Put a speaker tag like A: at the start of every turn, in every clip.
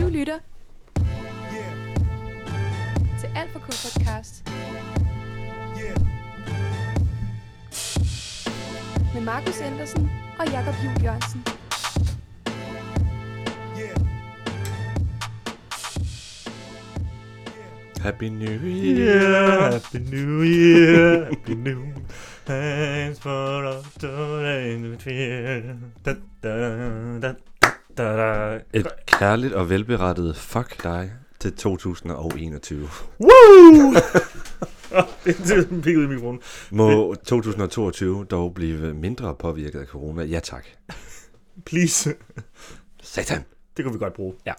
A: lytter til Alt for K podcast med Markus Andersen og Jakob Juhl Jørgensen.
B: Happy New
C: Yeah,
B: Year.
C: happy new year, happy new. Thanks for all the in between. Da, da, da, da, da.
B: Et kærligt og velberettet fuck dig til 2021.
C: Woo! det er sådan en pik ud i mikrofonen.
B: Må 2022 dog blive mindre påvirket af corona? Ja tak.
C: Please.
B: Satan.
C: Det kunne vi godt bruge.
B: Ja.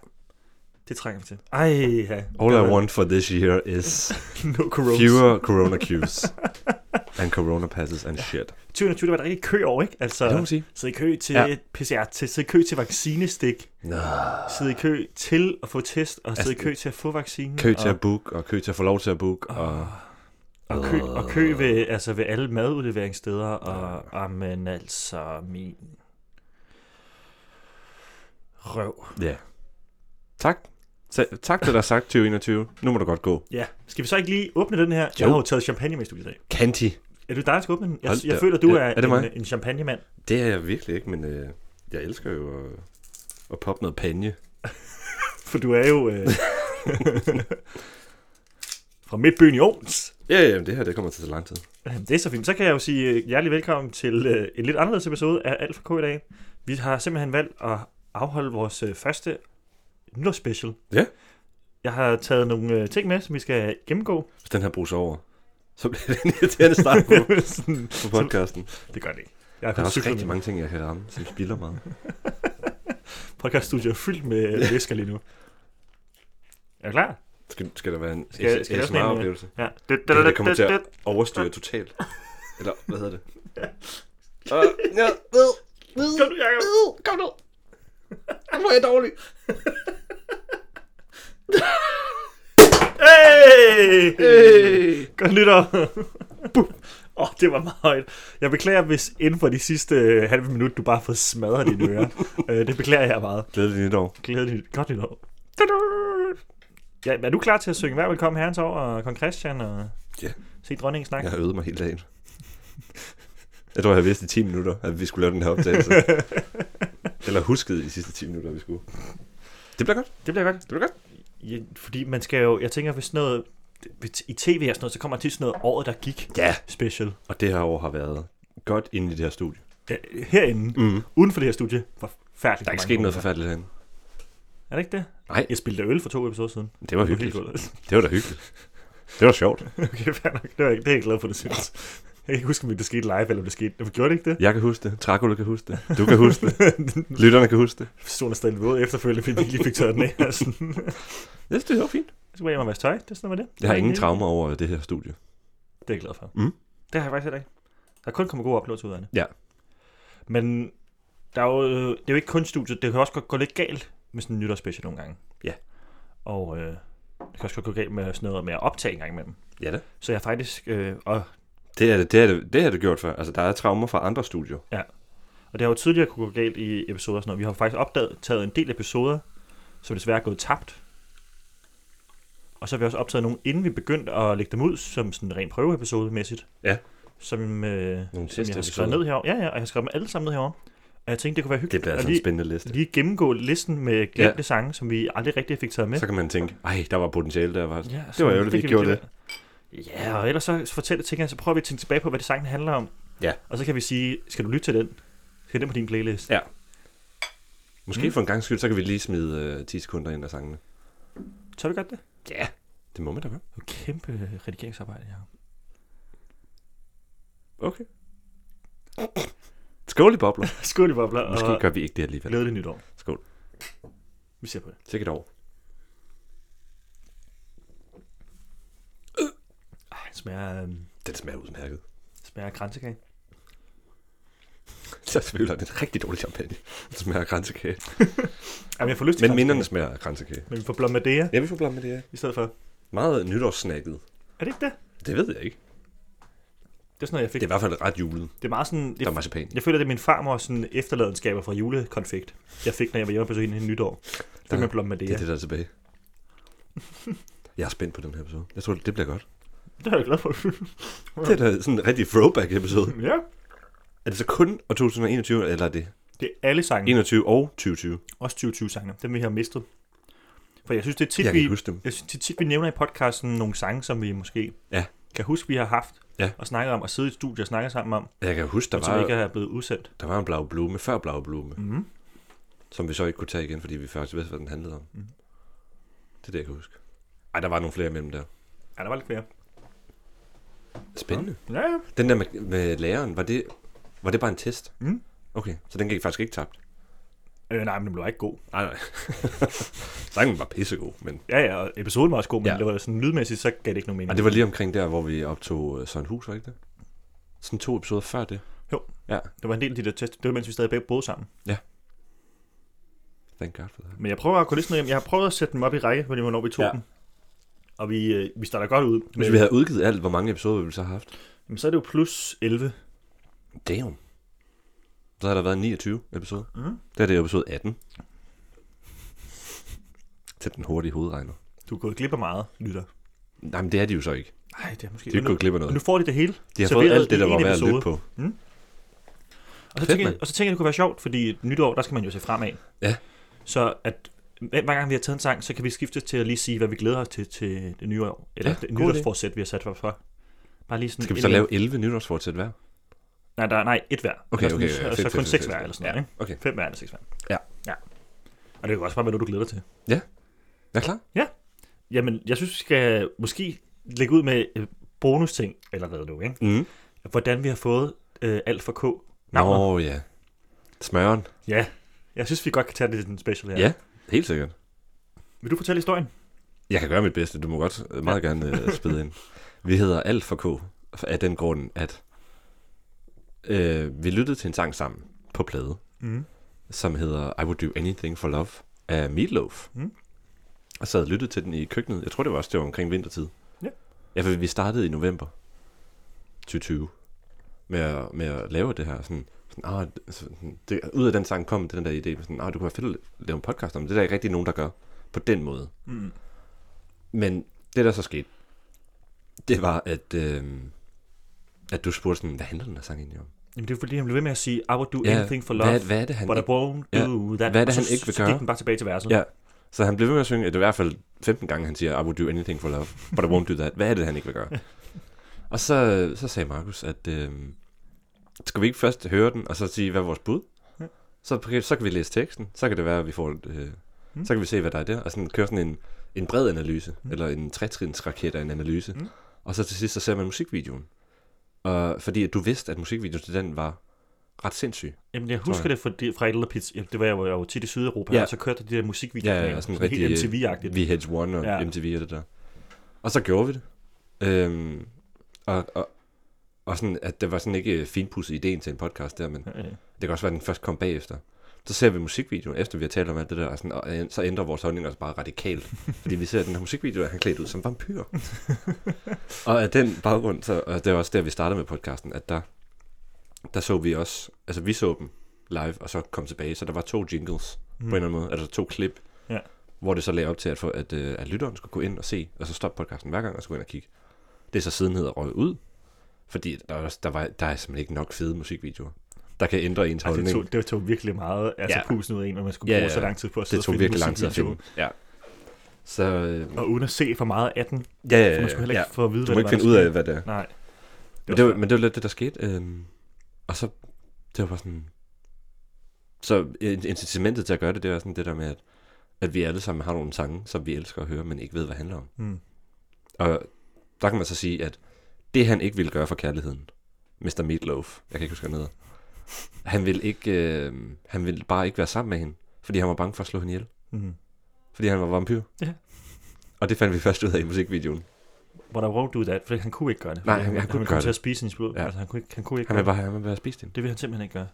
C: Det trænger vi til. Ej, ja.
B: All I want for this year is
C: No corona.
B: fewer corona cues. And corona passes and shit.
C: 2020, der var der rigtig kø over, ikke?
B: Det må
C: Altså,
B: man sige.
C: sidde i kø til
B: Ja.
C: ja. PCR, til, sidde i kø til vaccinestik,
B: Nå.
C: sidde i kø til at få test, og sidde i
B: Altså,
C: kø til at få vaccinen.
B: Kø til
C: og-
B: at booke, og kø til at få lov til at booke, og
C: Og kø, og kø ved, altså ved alle madudleveringssteder, og amen altså min røv.
B: ja. Tak. Sa- Tak til dig sagt 2021. Nu må du godt gå.
C: Ja, skal vi så ikke lige åbne den her? Jo. Jeg
B: Jo.
C: har jo taget champagne med i studiet i dag.
B: Kanti.
C: Er det dig, der skal åbne den? Jeg,
B: Hold
C: jeg
B: da-
C: føler, du
B: Ja,
C: er,
B: er det mig?
C: en, en champagnemand.
B: Det er jeg virkelig ikke, men øh, jeg elsker jo at, at poppe noget panje.
C: For du er jo... Øh... Fra Midtbyen i Ovens.
B: Ja, ja, men det her det kommer til så lang tid.
C: Jamen, Øhm, Det er så fint. Så kan jeg jo sige øh, hjertelig velkommen til øh, en lidt anderledes episode af Alt for K i dag. Vi har simpelthen valgt at afholde vores øh, første nytårsspecial.
B: Ja.
C: Jeg har taget nogle øh, ting med, som vi skal gennemgå.
B: Hvis den her bruser over, så bliver det en irriterende start på,
C: Sådan,
B: på podcasten.
C: det gør det ikke. Jeg
B: Der
C: har
B: er
C: kun
B: også
C: cyklet
B: rigtig
C: med.
B: mange ting, jeg kan ramme, som spilder meget.
C: Podcaststudier er fyldt med øh, væsker lige nu. Er du klar?
B: Skal, skal der være en øh,
C: Skal jeg- skal jeg også have en, øh,
B: ASMR-oplevelse?
C: Ja.
B: Det, her, det kommer til at overstyre totalt. Eller, hvad hedder det? Uh, ja, ved, ved,
C: Kom nu, Jacob.
B: ved, kom nu. Nu er jeg dårlig.
C: Hey!
B: Hey.
C: Godt nytår! Bum. Åh, oh, det var meget højt. Jeg beklager, hvis inden for de sidste øh, halve minut, du bare har fået smadret dine ører. øh, det beklager jeg meget.
B: Glædelig nytår.
C: Glædeligt. Godt nytår. Tudu! Ja, er du klar til at synge Vær velkommen herrens over og kong Christian og
B: Ja.
C: se dronningen snakke?
B: Jeg har øvet mig hele dagen. Jeg tror, jeg vidste i 10 minutter, at vi skulle lave den her optagelse. Eller husket i de sidste 10 minutter, at vi skulle. Det bliver godt.
C: Det bliver godt.
B: Det bliver godt.
C: Ja, fordi man skal jo, jeg tænker, hvis sådan noget, hvis- i tv og sådan noget, så kommer der til sådan noget året, der gik
B: Ja.
C: special.
B: Og det her år har været godt inde i det her studie.
C: Ja, herinde,
B: Mm.
C: uden for det her studie, forfærdeligt.
B: Der er
C: på
B: ikke
C: mange
B: sket noget
C: måder.
B: forfærdeligt herinde.
C: Er det ikke det?
B: Nej.
C: Jeg spillede øl for to episoder siden.
B: Det var
C: På
B: hyggeligt.
C: Hilgulvet.
B: Det var da hyggeligt. Det var sjovt.
C: Okay, fair nok. Det, var, det er jeg glad for, du synes. Jeg kan ikke huske, om det skete live, eller om det skete... Jamen, gjorde det ikke det?
B: Jeg kan huske det. Dracula kan huske det. Du kan huske det. Lytterne kan huske det.
C: Personen er stadig våd efterfølgende, fordi vi ikke lige fik tørret den af. og sådan.
B: Jeg synes, det var fint.
C: Så skulle jeg hjem og vaske tøj. Det er sådan noget med det.
B: Jeg har ingen traumer over det her studie.
C: Det er jeg glad for.
B: Mm.
C: Det har jeg faktisk heller ikke. Der er kun kommet gode oplevelser ud af det.
B: Ja.
C: Men der er jo, øh, det er jo ikke kun studiet. Det kan også godt gå lidt galt med sådan en nytårsspecial nogle gange.
B: Ja.
C: Og øh, det kan også godt gå galt med sådan noget med at optage en gang imellem.
B: Ja da.
C: Så jeg faktisk... Øh, og,
B: Det er det, det, er det, det, er det gjort før. Altså, der er traumer fra andre studier.
C: og det har jo tidligere kunne gå galt i episoder og sådan noget. Vi har jo faktisk opdaget taget en del episoder, som desværre er gået tabt. Og så har vi også optaget nogle, inden vi begyndte at lægge dem ud, som sådan rent prøveepisode-mæssigt.
B: Ja.
C: Som, øh,
B: Nogle
C: som jeg har skrevet ned herovre. Ja, ja, og jeg har skrevet dem alle sammen ned herovre. Og jeg tænkte, det kunne være
B: Det
C: hyggeligt
B: bliver
C: at
B: altså en
C: lige,
B: spændende liste.
C: lige gennemgå listen med glemte
B: Ja.
C: ja. sange, som vi aldrig rigtig fik taget med.
B: Så kan man tænke, ej, der var potentiale der. Var.
C: ja,
B: det var ærgerligt, vi ikke gjorde det.
C: Ja, og ellers så fortæl, tænker jeg, så prøver vi at tænke tilbage på, hvad det sangen handler om.
B: Ja.
C: Og så kan vi sige, skal du lytte til den? Skal den på din playlist?
B: Ja. Måske
C: Mm.
B: for en gang skyld, så kan vi lige smide øh, 10 sekunder ind af sangene.
C: Tør vi godt det?
B: Ja. Det må man da gøre.
C: Det er jo kæmpe øh, redigeringsarbejde, jeg har.
B: Okay. Skål i bobler.
C: Skål i bobler,
B: Måske
C: og
B: gør vi ikke det alligevel.
C: glædelig nytår.
B: Skål.
C: Vi ser på det.
B: Sikkert over.
C: Ej, det smager, øh,
B: Den smager udmærket.
C: smager af kransekage.
B: Så selvfølgelig er det en rigtig dårlig champagne. Den smager af kransekage.
C: Jamen, jeg får lyst til
B: Men
C: kransekage.
B: minderne smager af kransekage.
C: Men vi får Blomadea
B: Jeg vil få blande med det her.
C: i stedet for.
B: Meget nytårssnakket.
C: Er det ikke det?
B: Det ved jeg ikke.
C: Det er sådan noget, jeg fik.
B: Det er i hvert fald ret julet,
C: det er meget sådan...
B: der
C: Jeg,
B: er marcipan. i.
C: jeg føler, det er min farmor sådan efterladenskaber fra julekonfekt, jeg fik, når jeg var hjemme på hende i nytår. Det med blom med det.
B: Det er det, der er tilbage. Jeg er spændt på den her episode. Jeg tror, det bliver godt.
C: det er jeg glad for.
B: Det er da sådan en rigtig throwback-episode.
C: ja.
B: Er det så kun år 2021, eller er det
C: Det er alle sange.
B: 21 og 2020?
C: Også 2020-sangene. Dem vi har mistet. For jeg synes, det er tit,
B: Jeg kan
C: vi,
B: ikke huske dem.
C: jeg synes, det er tit, vi nævner i podcasten nogle sange, som vi måske
B: Ja.
C: kan huske, vi har haft
B: Ja.
C: og snakket om, og siddet i et studie og snakket sammen om,
B: Jeg kan huske, der
C: og som ikke
B: var,
C: er blevet udsendt.
B: der var en blau blume før blau blume,
C: Mm.
B: som vi så ikke kunne tage igen, fordi vi faktisk vidste, hvad den handlede om.
C: Mm.
B: Det er det, jeg kan huske. Ej, der var nogle flere imellem der.
C: Ja, der var lidt flere.
B: Spændende.
C: Ja, ja.
B: Den der med, med læreren, var det, var det bare en test?
C: Mm.
B: Okay, så den gik faktisk ikke tabt.
C: Øh, nej, men den blev ikke god.
B: Nej, nej. Sangen var pissegod, men...
C: Ja, ja, og episoden var også god, men
B: Ja.
C: ja. det var sådan lydmæssigt, så gav det ikke nogen mening.
B: Og det var lige omkring der, hvor vi optog øh, Søren Hus, var ikke det? Sådan to episoder før det.
C: Jo.
B: Ja,
C: det var en del af de der test. Det var, mens vi stadig begge boede sammen.
B: thank god for det.
C: Men jeg prøver at gå lidt sådan hjem. Jeg har prøvet at sætte dem op i række, fordi hvornår vi tog
B: Ja.
C: ja. dem. Og vi, øh, vi starter godt ud.
B: Hvis vi havde udgivet alt, hvor mange episoder ville vi så have haft?
C: Jamen, så er det jo plus 11.
B: Damn. Så har der været 29 episoder.
C: Mhm.
B: Der er det episode 18. Til den hurtige hovedregner.
C: Du er gået glip af meget, lytter.
B: Nej, men det er de jo så ikke.
C: Nej, det er måske...
B: De er jo ikke gået glip af
C: og nu
B: noget.
C: får de det hele.
B: De har
C: serveret
B: fået alt det,
C: i
B: der
C: én
B: var værd at
C: episode.
B: lytte på.
C: Og så,
B: Fedt,
C: tænker, jeg,
B: mand.
C: og så tænker jeg, det kunne være sjovt, fordi et nytår, der skal man jo se fremad.
B: Ja.
C: Så at hver hver gang vi har taget en sang, så kan vi skifte til at lige sige, hvad vi glæder os til til det nye år. Eller
B: Ja,
C: ja, det
B: god idé.
C: nytårsforsæt, vi har sat for. for. Bare lige sådan
B: Skal vi
C: en-
B: så lave 11 nytårsfortsæt hver?
C: Nej, der, er- nej, et hver.
B: Okay,
C: Eller
B: okay,
C: sådan-
B: ja,
C: Og
B: fedt,
C: så
B: fedt,
C: kun
B: fedt,
C: seks
B: fedt,
C: hver
B: fedt.
C: eller sådan noget, ikke?
B: Okay.
C: Fem hver eller seks hver.
B: Ja.
C: ja. Og det kan også bare være noget, du glæder dig til.
B: Er klar?
C: Jamen, jeg synes, vi skal måske lægge ud med øh, bonusting allerede nu, ikke?
B: Mm.
C: Hvordan vi har fået øh, alt for K. navnet.
B: Nå, ja. Smøren.
C: Ja. Jeg synes, vi godt kan tage det i den special her.
B: Ja. Helt sikkert.
C: Vil du fortælle historien?
B: Jeg kan gøre mit bedste. Du må godt øh, meget gerne øh, spille ind. Vi hedder Alt for K af den grund, at øh, vi lyttede til en sang sammen på plade,
C: Mm.
B: som hedder I Would Do Anything for Love af Meatloaf. Mm.
C: Mm.
B: Og sad og lyttede til den i køkkenet. Jeg tror, det var også det var omkring vintertid.
C: Ja.
B: Ja, for vi startede i november 2020 med at, med at lave det her. Sådan, sådan, ah, sådan, det, ud af den sang kom den der idé. Sådan, ah, det kunne være fedt at lave en podcast om. Det er der ikke rigtig nogen, der gør på den måde.
C: Mm.
B: Men det, der så skete, det var, at, øh, at du spurgte sådan, hvad handler den her sang egentlig om?
C: Jamen, det er fordi, han blev ved med at sige, I would do anything for love,
B: Hvad, hvad er det, han
C: but I
B: ikke...
C: won't
B: Ja.
C: do that.
B: Hvad er det,
C: Og så-
B: han ikke vil
C: Så
B: gøre?
C: gik den bare tilbage til verset.
B: Ja. Så han blev ved med at synge, at det er i hvert fald 15 gange, han siger, I would do anything for love, but I won't do that. Hvad er det, han ikke vil gøre? og så, så sagde Markus, at øh, skal vi ikke først høre den, og så sige, hvad er vores bud?
C: Ja.
B: Så, så kan vi læse teksten, så kan det være, at vi får... et, Øh,
C: Mm.
B: Så kan vi se, hvad der er der, og sådan køre sådan en, en bred analyse,
C: Mm.
B: eller en trætrinsraket af en analyse.
C: Mm.
B: Og så til sidst, så ser man musikvideoen. Og fordi at du vidste, at musikvideoen til den var ret sindssyg.
C: Jamen, jeg
B: Tror
C: husker det fra, det, fra et eller andet pizza. Jamen, det var jeg, hvor jeg var tit i Sydeuropa,
B: Ja.
C: ja. og så kørte de der musikvideoer.
B: Ja, ja, sådan
C: helt
B: rigtig, øh,
C: MTV-agtigt.
B: VH1 og ja.
C: Ja.
B: MTV og det der. Og så gjorde vi det. Øhm, og, og, og sådan, at det var sådan ikke finpudset ideen til en podcast der, men
C: Ja, ja.
B: det kan også være, at den først kom bagefter. Så ser vi musikvideoen, efter vi har talt om alt det der, og, sådan, og øh, så ændrer vores holdning også bare radikalt. fordi vi ser at den her musikvideo, er han klædt ud som vampyr. og af den baggrund, så, og det er også der, vi startede med podcasten, at der, der så vi også, altså vi så dem live, og så kom tilbage, så der var to jingles mm. på en eller anden måde, altså to klip,
C: Ja.
B: hvor det så lagde op til, at, for, at, øh, at lytteren skulle gå ind og se, og så stoppe podcasten hver gang, og så gå ind og kigge. Det er så siden hedder røget ud, fordi der, er også- der, var, der er simpelthen ikke nok fede musikvideoer, der kan ændre ens
C: Ej,
B: holdning.
C: det, tog, det tog virkelig meget altså
B: Ja.
C: ja. pusen ud af en, når man skulle
B: Ja,
C: bruge
B: ja,
C: så
B: ja.
C: lang tid på at sidde
B: det tog
C: og finde
B: virkelig lang tid at
C: musikvideoen.
B: finde. Ja. Så øh,
C: Og uden at se for meget af den,
B: ja, ja,
C: for man skulle heller
B: ja.
C: ikke få at vide,
B: Du må ikke
C: hvad det
B: finde ud af, hvad det er.
C: var, der skete. Nej.
B: Men det var, men det var lidt det, der skete. Øhm, og så, det var bare sådan... Så øh, in- incitamentet til at gøre det, det var sådan det der med, at, at vi alle sammen har nogle sange, som vi elsker at høre, men ikke ved, hvad det handler om.
C: Mm.
B: Og der kan man så sige, at det han ikke ville gøre for kærligheden, Mr. Meatloaf, jeg kan ikke huske, hvad han hedder, han ville, ikke, øh, han ville bare ikke være sammen med hende, fordi han var bange for at slå hende ihjel,
C: Mm.
B: fordi han var vampyr.
C: Ja.
B: Og det fandt vi først ud af i musikvideoen.
C: But I won't do that, for han kunne ikke gøre det.
B: Nej,
C: Fordi
B: han- han kunne
C: han
B: ikke gøre
C: til
B: det.
C: at spise hendes blod.
B: Ja.
C: Ja. Altså, han kunne ikke, han kunne ikke
B: Han ville
C: gøre
B: bare, han ville bare spise hende.
C: det. Det vil han simpelthen ikke gøre.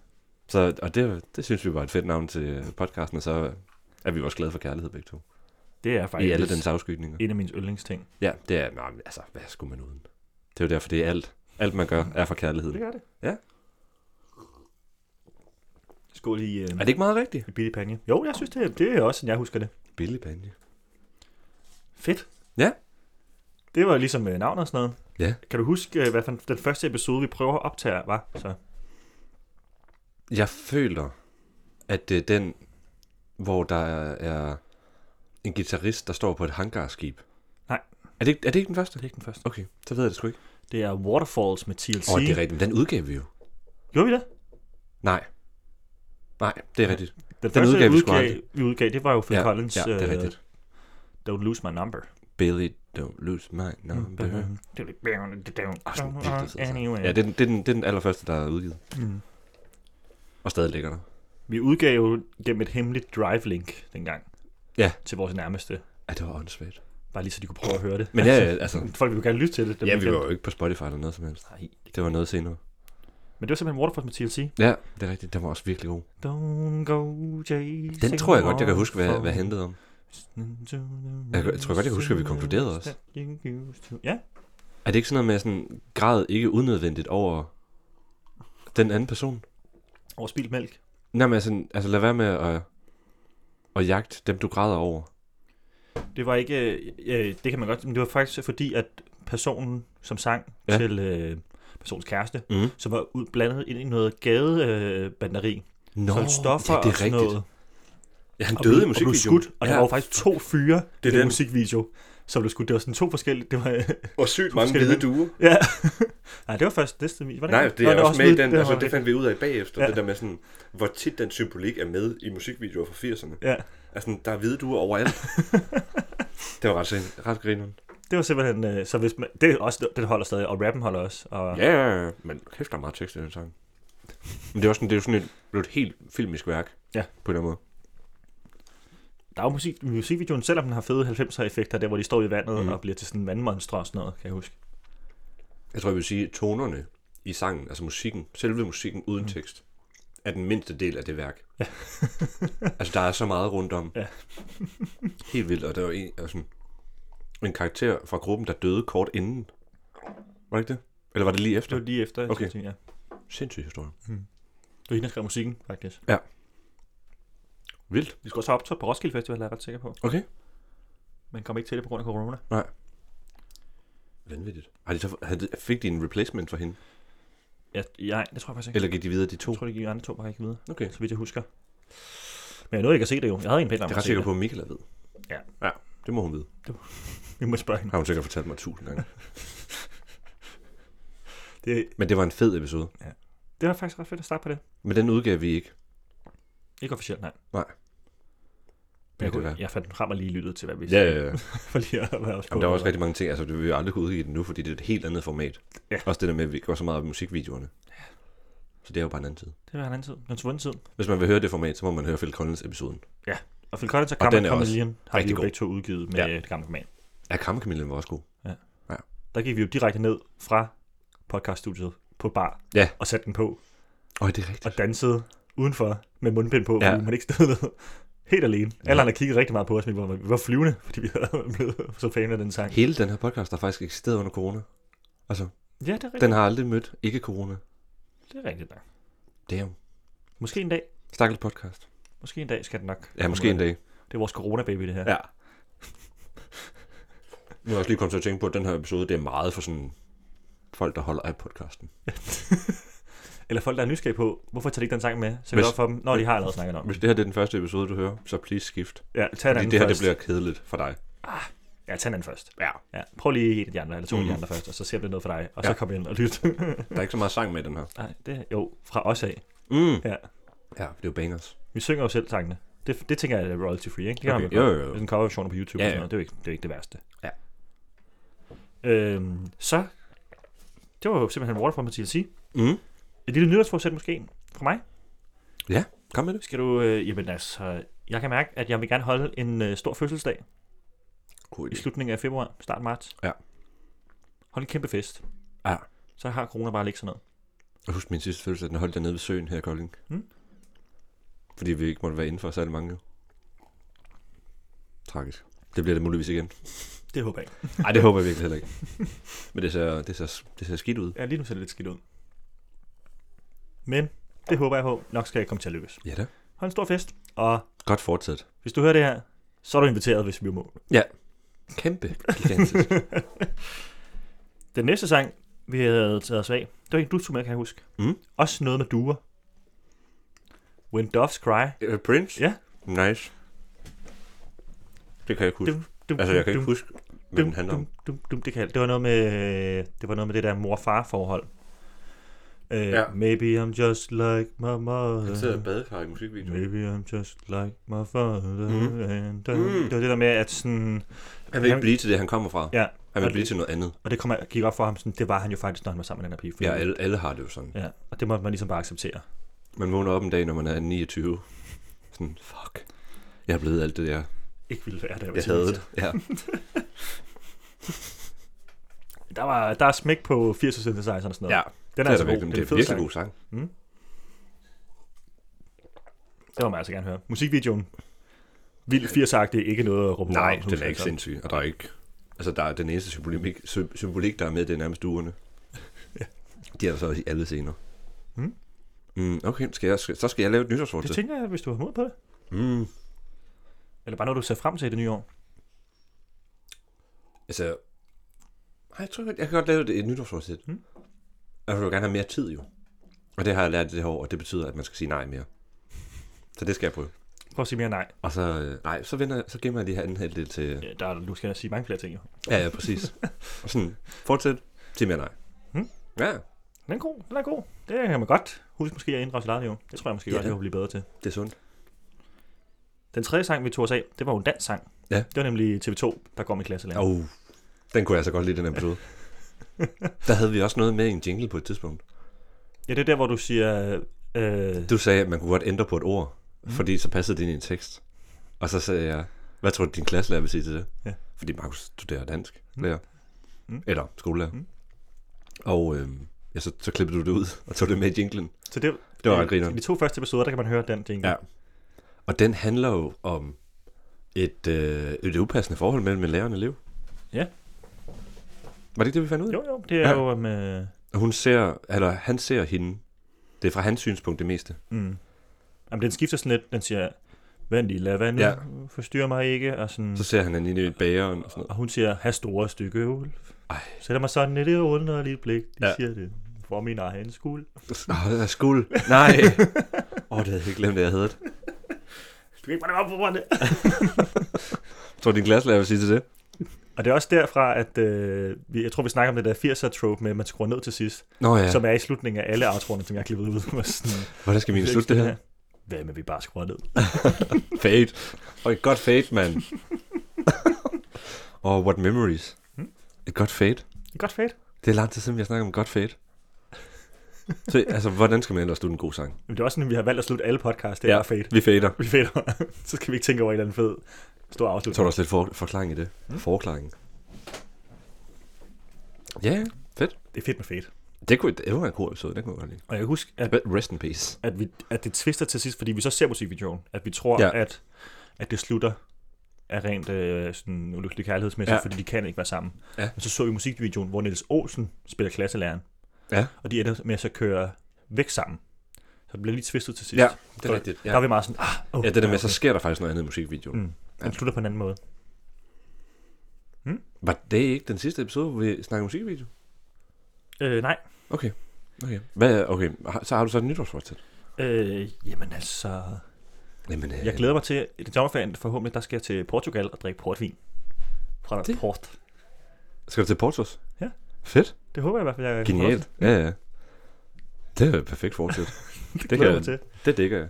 B: Så, og det, det synes vi var et fedt navn til podcasten, og så er vi også glade for kærlighed begge to.
C: Det er
B: Faktisk.
C: faktisk
B: I alle dens afskygninger.
C: en af mine yndlingsting.
B: Ja, det er, nej, men altså, hvad skulle man uden? Det er jo derfor, det er alt. Alt man gør er for kærlighed.
C: Det gør det.
B: Ja.
C: Skål i øh,
B: Er det ikke meget rigtigt?
C: en billig panje. Jo, jeg synes, det er, det er også, sådan jeg husker det.
B: Billig panje.
C: Fedt.
B: Ja.
C: Det var ligesom øh, navnet og sådan noget.
B: Ja.
C: Kan du huske, øh, hvad for en- den første episode, vi prøver at optage, var? Så.
B: Jeg føler, at det er den, hvor der er en guitarist, der står på et hangarskib.
C: Nej.
B: Er det, ikke- er det ikke den første?
C: Det er ikke den første.
B: Okay, så ved jeg det sgu ikke.
C: Det er Waterfalls med TLC.
B: Åh, oh, det er rigtigt. Men den udgav vi jo.
C: Gjorde vi det?
B: Nej. Nej, det er rigtigt.
C: Den,
B: Den
C: første
B: udgav
C: udgav,
B: vi sgu
C: udgav,
B: aldrig.
C: vi udgav, det var jo Phil
B: Ja,
C: Collins.
B: ja, det er
C: øh,
B: rigtigt.
C: Don't Lose My Number.
B: Billy, don't lose my number. Mm-hmm. Ah, sådan vildt, det sidder sammen.
C: Anyway.
B: Ja, det er, den, det, er den, det er den allerførste, der er udgivet.
C: Mm.
B: Og stadig ligger der.
C: Vi udgav jo gennem et hemmeligt drive-link dengang.
B: Ja.
C: Til vores nærmeste.
B: Ja, det var åndssvagt.
C: Bare lige så de kunne prøve at høre det.
B: Men ja, ja, altså...
C: Folk ville jo gerne lytte til det. dem
B: Ja, vi
C: igen.
B: var jo ikke på Spotify eller noget som helst.
C: Nej.
B: Det var noget senere.
C: Men det var simpelthen Waterfalls med TLC.
B: Ja, det er rigtigt. Den var også virkelig god.
C: Don't go chasing
B: Den tror jeg godt, jeg kan huske, hvad,
C: waterfalls.
B: hvad handlede om.
C: Jeg,
B: Jeg kan- jeg tror godt, jeg kan huske, at vi konkluderede også.
C: Ja,
B: Er det ikke sådan noget med sådan grad ikke unødvendigt over den anden person?
C: over spildt mælk.
B: Nej, men altså, altså lad være med at, at jagte dem, du græder over.
C: Det var ikke... Øh, øh, det kan man godt... Men det var faktisk fordi, at personen, som sang
B: Ja.
C: ja. til øh, personens kæreste,
B: Mm.
C: som var ud, blandet ind i noget gadebanderi. Øh, banderi.
B: Nå,
C: Solgte stoffer
B: ja, det er
C: og sådan
B: rigtigt.
C: noget.
B: Ja, han
C: Og
B: døde i
C: blev- Og blev
B: musikvideoen.
C: skudt, og der var jo faktisk to fyre i den,
B: den.
C: musikvideo, som blev skudt. Det var sådan to forskellige... Det var,
B: og sygt
C: mange forskellige hvide
B: duer.
C: ja. Nej, det var først næste video. Var det
B: Nej,
C: ikke?
B: det
C: Nå,
B: er også med i
C: ude-
B: den,
C: det
B: altså
C: var-
B: det fandt vi ud af bagefter,
C: Ja.
B: det der med sådan, hvor tit den symbolik er med i musikvideoer fra 80'erne.
C: Ja,
B: Altså, der er hvide duer overalt. det var ret, sind- ret grineren.
C: det var simpelthen... Øh, så hvis man, det er også, den holder stadig, og rappen holder også. Og,
B: Ja, ja, ja, men kæft, der er meget tekst i den sang. Men det er også sådan, det er jo sådan et, det er jo et helt filmisk værk.
C: Ja.
B: På en eller anden måde.
C: Der er jo musik, musikvideoen, selvom den har fede 90'er effekter, der hvor de står i vandet
B: Mhm.
C: mm. og bliver til sådan vandmonstre og sådan noget, kan jeg huske.
B: Jeg tror, jeg vil sige, at tonerne i sangen, altså musikken, selve musikken uden
C: Mm.
B: tekst, er den mindste del af det værk. Ja. altså, der er så meget rundt om.
C: Ja.
B: Helt vildt, og der var en, altså, en karakter fra gruppen, der døde kort inden. Var det ikke det? Eller var det lige
C: Det
B: efter?
C: var lige efter. jeg
B: Okay.
C: synes, Ja.
B: Sindssyg historie.
C: Det var hende, der skrev musikken, faktisk.
B: Vildt.
C: Vi skulle også have optrådt på Roskilde Festival, er jeg ret sikker på.
B: Okay.
C: Men kom ikke til det på grund af corona.
B: Vanvittigt. Har de så, havde, fik de en replacement for hende?
C: Ja, jeg, det tror jeg faktisk ikke.
B: Eller gik de videre, de to?
C: Jeg tror, det gik andre to, bare ikke videre,
B: Okay.
C: så vidt jeg husker. Men jeg nåede ikke at se det jo. Jeg havde en pæn
B: Det
C: om
B: er ret sikker på, at Michaela ved.
C: Ja.
B: Ja, det må hun vide.
C: Vi må spørge hende.
B: Har hun sikkert fortalt mig tusind gange.
C: Det,
B: Men det var en fed episode.
C: det var faktisk ret fedt at starte på det.
B: Men den udgav vi ikke.
C: Ikke officielt, nej.
B: Det kan
C: Jeg, kunne,
B: være.
C: jeg fandt den frem og lige lyttede til, hvad vi
B: Ja, ja, ja.
C: for lige at være også på.
B: Jamen, der er også rigtig mange ting, altså det vil vi jo aldrig kunne udgive den nu, fordi det er et helt andet format.
C: Ja.
B: Også det der med, at vi går så meget op i musikvideoerne. Så det er jo bare en anden tid.
C: Det var en anden tid. Den svundne tid.
B: Hvis man vil høre det format, så må man høre Phil Collins-episoden.
C: Og Phil Collins og
B: Og den
C: Carmen
B: er også
C: Chameleon har vi
B: rigtig
C: jo
B: god.
C: begge to udgivet med
B: Ja.
C: ja. det gamle format.
B: Ja, Kammerkamillen var også god.
C: der gik vi jo direkte ned fra podcaststudiet på bar
B: Ja.
C: og satte den på
B: Åh, det er rigtigt.
C: og dansede udenfor med mundbind på,
B: Ja.
C: ja. fordi man ikke stod ned. Helt alene. Ja. Alle andre kiggede rigtig meget på os, men vi var, vi var flyvende, fordi vi havde blevet så fan af den sang.
B: Hele den her podcast har faktisk eksisteret under corona. Altså,
C: Ja, det er rigtigt.
B: den har aldrig mødt ikke corona.
C: Det er rigtigt nok.
B: Damn.
C: Måske en dag.
B: Stakkels podcast.
C: Måske en dag skal den nok.
B: Ja, måske en dag.
C: Det er vores coronababy, det her.
B: Ja. Nu er jeg også lige kommet til at tænke på, at den her episode, det er meget for sådan folk, der holder af podcasten.
C: Eller folk, der er nysgerrige på, hvorfor tager de ikke den sang med? Så vi
B: Hvis-
C: op for dem, når de har allerede snakket om.
B: Hvis
C: den.
B: det her det er den første episode, du hører, så please skift.
C: Ja, tag den
B: Fordi
C: anden
B: det her, det
C: først.
B: bliver kedeligt for dig.
C: Ja, tag den anden først.
B: Ja.
C: Ja, prøv lige en af de andre, eller to mm. af de
B: Mhm.
C: andre først, og så se om det er noget for dig, og
B: Ja.
C: så kom ind og lyt.
B: Der er ikke så meget sang med i den her.
C: Nej, det er jo fra os af.
B: Mm.
C: Ja.
B: Ja, det er jo bangers.
C: Vi synger jo selv sangene. Det, det tænker jeg er royalty free, ikke? Det kan
B: Okay,
C: man jo,
B: jo, jo, jo.
C: Hvis en coverversion er på YouTube
B: Ja,
C: ja,
B: ja.
C: og sådan noget, det er jo ikke det, er jo ikke det værste.
B: Ja.
C: Øhm, så, det var jo simpelthen Waterfall med TLC.
B: Mm.
C: Et lille nytårsforsæt måske fra mig.
B: Kom med det.
C: Skal du, øh, jamen altså, jeg kan mærke, at jeg vil gerne holde en øh, stor fødselsdag
B: God
C: i slutningen af februar, start af marts.
B: Ja.
C: Hold en kæmpe fest.
B: Ja.
C: Så har corona bare ligget sådan noget.
B: Jeg husker min sidste følelse, at den holdt jeg nede ved søen her i Kolding. Mm.
C: Mm.
B: Fordi vi ikke måtte være indenfor særlig mange. jo. Tragisk. Det bliver det muligvis igen.
C: Det håber jeg ikke.
B: Nej, det håber jeg virkelig heller ikke. Men det ser, det ser, det ser skidt ud.
C: Ja, lige nu ser det lidt skidt ud. Men det håber jeg på, nok skal jeg komme til at lykkes.
B: Ja da.
C: Hold en stor fest, og
B: Godt fortsat.
C: hvis du hører det her, så er du inviteret, hvis vi må.
B: Kæmpe gigantisk.
C: Den næste sang, vi havde taget os af, det var en, du tog med, kan jeg huske.
B: Mm.
C: Også noget med duer. When Doves Cry.
B: Øh, Prince?
C: Ja.
B: Nice. Det kan jeg ikke huske.
C: Dum, dum,
B: altså, jeg kan
C: dum,
B: ikke huske, hvad den handler om.
C: Dum, dum, dum, det, kan, det, var noget med, det var noget med det der mor-far-forhold. Uh,
B: Ja.
C: Maybe I'm just like my
B: Han sidder i
C: mother.
B: badekar i musikvideoen.
C: Maybe I'm just like my father.
B: Mm.
C: And, uh,
B: Mm.
C: Det var det der med, at sådan...
B: Han vil
C: Han-
B: ikke blive til det, han kommer fra.
C: Ja,
B: Han vil
C: og
B: blive
C: det,
B: til noget andet.
C: og det kom, gik op for ham, sådan, det var han jo faktisk, når han var sammen med den her pige. fordi-
B: Ja, alle, alle har det jo sådan.
C: ja, og det måtte man ligesom bare acceptere.
B: Man vågner op en dag, når man er 29. Sådan, fuck. Jeg er blevet alt det der.
C: Ikke ville være der.
B: Jeg havde det. Ja.
C: Der, var, der er smæk på 80 synthesizer og sådan noget.
B: ja.
C: den
B: Det
C: er,
B: er,
C: altså
B: der
C: god.
B: virkelig, det
C: Den
B: er
C: fed
B: virkelig
C: sang.
B: god sang.
C: Det må man altså gerne høre. Musikvideoen. Vildt 80 ikke noget at råbe
B: Nej,
C: hurra om,
B: den er
C: synes
B: ikke
C: jeg.
B: sindssyg. Og der er ikke... Altså, der er den eneste symbolik, sy- symbolik der er med, det er nærmest duerne. De er der så også i alle scener.
C: Mm.
B: Mm, okay, skal jeg, skal, så skal jeg lave et
C: Det
B: nytårsfortsæt.
C: tænker jeg, hvis du har mod på det.
B: Mm.
C: Eller bare noget, du ser frem til i det nye år.
B: Altså, nej, jeg tror godt, jeg kan godt lave et, et nytårsforsæt.
C: Mm.
B: Mm. Jeg vil jo gerne have mere tid, jo. Og det har jeg lært i det her år, og det betyder, at man skal sige nej mere. Så det skal jeg prøve.
C: Prøv at sige mere nej.
B: Og så, øh, nej, så, vender, jeg- så gemmer jeg lige her anden halvdel til...
C: Ja, Der, er- du skal sige mange flere ting, jo.
B: Ja, ja, præcis. og sådan, fortsæt, sig mere nej.
C: Mm.
B: Ja,
C: Den er god, den er god. Det kan man godt huske måske at inddrage sig jo. Det tror jeg måske
B: Ja.
C: godt, jeg vil blive bedre til.
B: det er sundt.
C: Den tredje sang, vi tog os af, det var jo en dansk sang.
B: Ja.
C: Det var nemlig TV2, der går med klasselærer.
B: Åh, oh, den kunne jeg så godt lide, den her episode. der havde vi også noget med i en jingle på et tidspunkt.
C: Ja, det er der, hvor du siger... Øh,
B: Du sagde, at man kunne godt ændre på et ord, mm. fordi så passede det ind i en tekst. Og så sagde jeg, hvad tror du, din klasselærer vil sige til det?
C: Ja.
B: Fordi Markus studerer dansk,
C: Mm.
B: mm. lærer.
C: Mm.
B: Mm. Eller skolelærer.
C: Mm.
B: Mm. Og øh, ja, så, så klippede du det ud og tog det med i jinglen.
C: så det,
B: Det var
C: øh,
B: ret grineren.
C: De to første episoder, der kan man høre den jingle.
B: Ja. Og den handler jo om et, øh, et upassende forhold mellem en lærer og en elev.
C: Ja.
B: Var det ikke det, vi fandt ud af?
C: Jo, jo, det er
B: Ja.
C: jo øh, med...
B: Og hun ser, eller han ser hende. Det er fra hans synspunkt det meste.
C: Mm. Jamen, den skifter sådan lidt. Den siger, vent lige, lad være nu, ja.
B: Ja.
C: forstyrr mig ikke. Og, sådan,
B: Så ser han hende inde i bageren og sådan noget.
C: og hun siger, have store stykke øl.
B: Ej.
C: Sætter mig sådan et underligt blik, de ja.
B: Ja.
C: siger det. For min egen skuld.
B: Åh, det er skuld. Nej. Åh, oh, det havde jeg helt glemt, at jeg havde det.
C: Du kan ikke bare op på det.
B: Tror du, din glaslærer vil sige til det?
C: Og det er også derfra, at øh, vi, jeg tror, vi snakker om det der 80'er trope med, at man skruer ned til sidst,
B: Nå ja,
C: ja. som er i slutningen af alle outroerne, som jeg har klippet ud. Hvor sådan,
B: hvordan skal vi egentlig slutte det her?
C: Hvad med, vi bare skruer ned?
B: Fade. Og et godt fade, mand. Og what memories.
C: Hmm?
B: Et godt fade.
C: Det er godt fedt.
B: Det er lang tid siden, vi har snakket om et godt fade. Så altså, hvordan skal man ellers slutte en god sang?
C: Men det er også sådan, at vi har valgt at slutte alle podcasts, det er ja. fedt.
B: Vi fader.
C: Vi fader. Så skal vi ikke tænke over en eller anden fed stor
B: Jeg tror,
C: afslutning.
B: der er også lidt for, forklaring i det. Forklaring. Ja, ja. fedt.
C: Det er fedt med fedt.
B: Det, kunne, det var en god episode, det kunne jeg godt lide.
C: Og jeg husker, at
B: Rest in peace.
C: at, vi, at det twister til sidst, fordi vi så ser musikvideoen, at vi tror, ja.
B: Ja.
C: at, at det slutter af rent øh, sådan ulykkelig kærlighedsmæssigt, ja.
B: Ja.
C: fordi de kan ikke være sammen.
B: Ja.
C: Men så så vi musikvideoen, hvor Niels Olsen spiller klasselæreren,
B: Ja.
C: og de ender med at så køre væk sammen. Så det bliver lige twistet til sidst.
B: Ja, det er rigtigt.
C: Der er
B: Ja.
C: vi meget sådan, ah, oh,
B: ja, det der med, så
C: okay.
B: sker der faktisk noget andet i musikvideoen.
C: Mm. Den slutter på en anden måde.
B: Var det ikke den sidste episode, hvor vi snakkede musikvideo?
C: Øh, nej,
B: Okay. Okay. Hvad, okay, har- så har du så et nytårsfortsæt?
C: øh, jamen altså,
B: Jamen, øh,
C: jeg glæder mig til, i den sommerferien forhåbentlig, der skal jeg til Portugal og drikke portvin. Fra
B: Det-
C: Port.
B: Skal du til Portos?
C: Ja.
B: Fedt.
C: Det håber jeg i hvert fald, jeg får lov
B: Genialt. Ja, ja. Det er et perfekt fortsæt.
C: til. Det
B: kan
C: glæder jeg
B: jeg.
C: mig til.
B: det dækker jeg.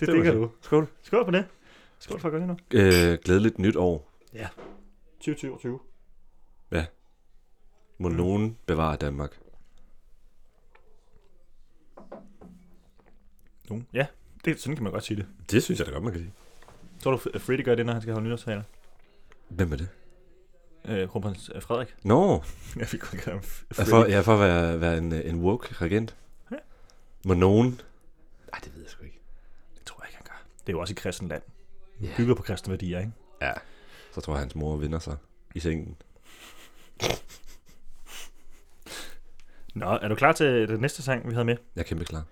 C: Det,
B: var
C: det dækker
B: fedt.
C: du.
B: Skål.
C: Skål på det. Skål for at gøre det nu.
B: Øh, glædeligt nyt år.
C: 2020.
B: Må nogen bevare Danmark.
C: Nu. Ja, det, sådan kan man godt sige det.
B: Det synes jeg da godt, man kan sige.
C: Tror du, at Freddy gør det, når han skal holde nytårstaler?
B: Hvem er det?
C: Øh, kronprins øh, Frederik.
B: Nå,
C: Jeg fik godt gøre
B: jeg for, jeg for at være, være en, øh, en woke regent.
C: Ja.
B: Må nogen... Nej, det ved jeg sgu ikke.
C: Det tror jeg ikke, han gør. Det er jo også et kristent land.
B: Ja.
C: Bygger på kristne værdier, ikke?
B: Ja. Så tror jeg, hans mor vinder sig. i sengen.
C: Nå, er du klar til den næste sang, vi havde med?
B: Jeg er kæmpe klar.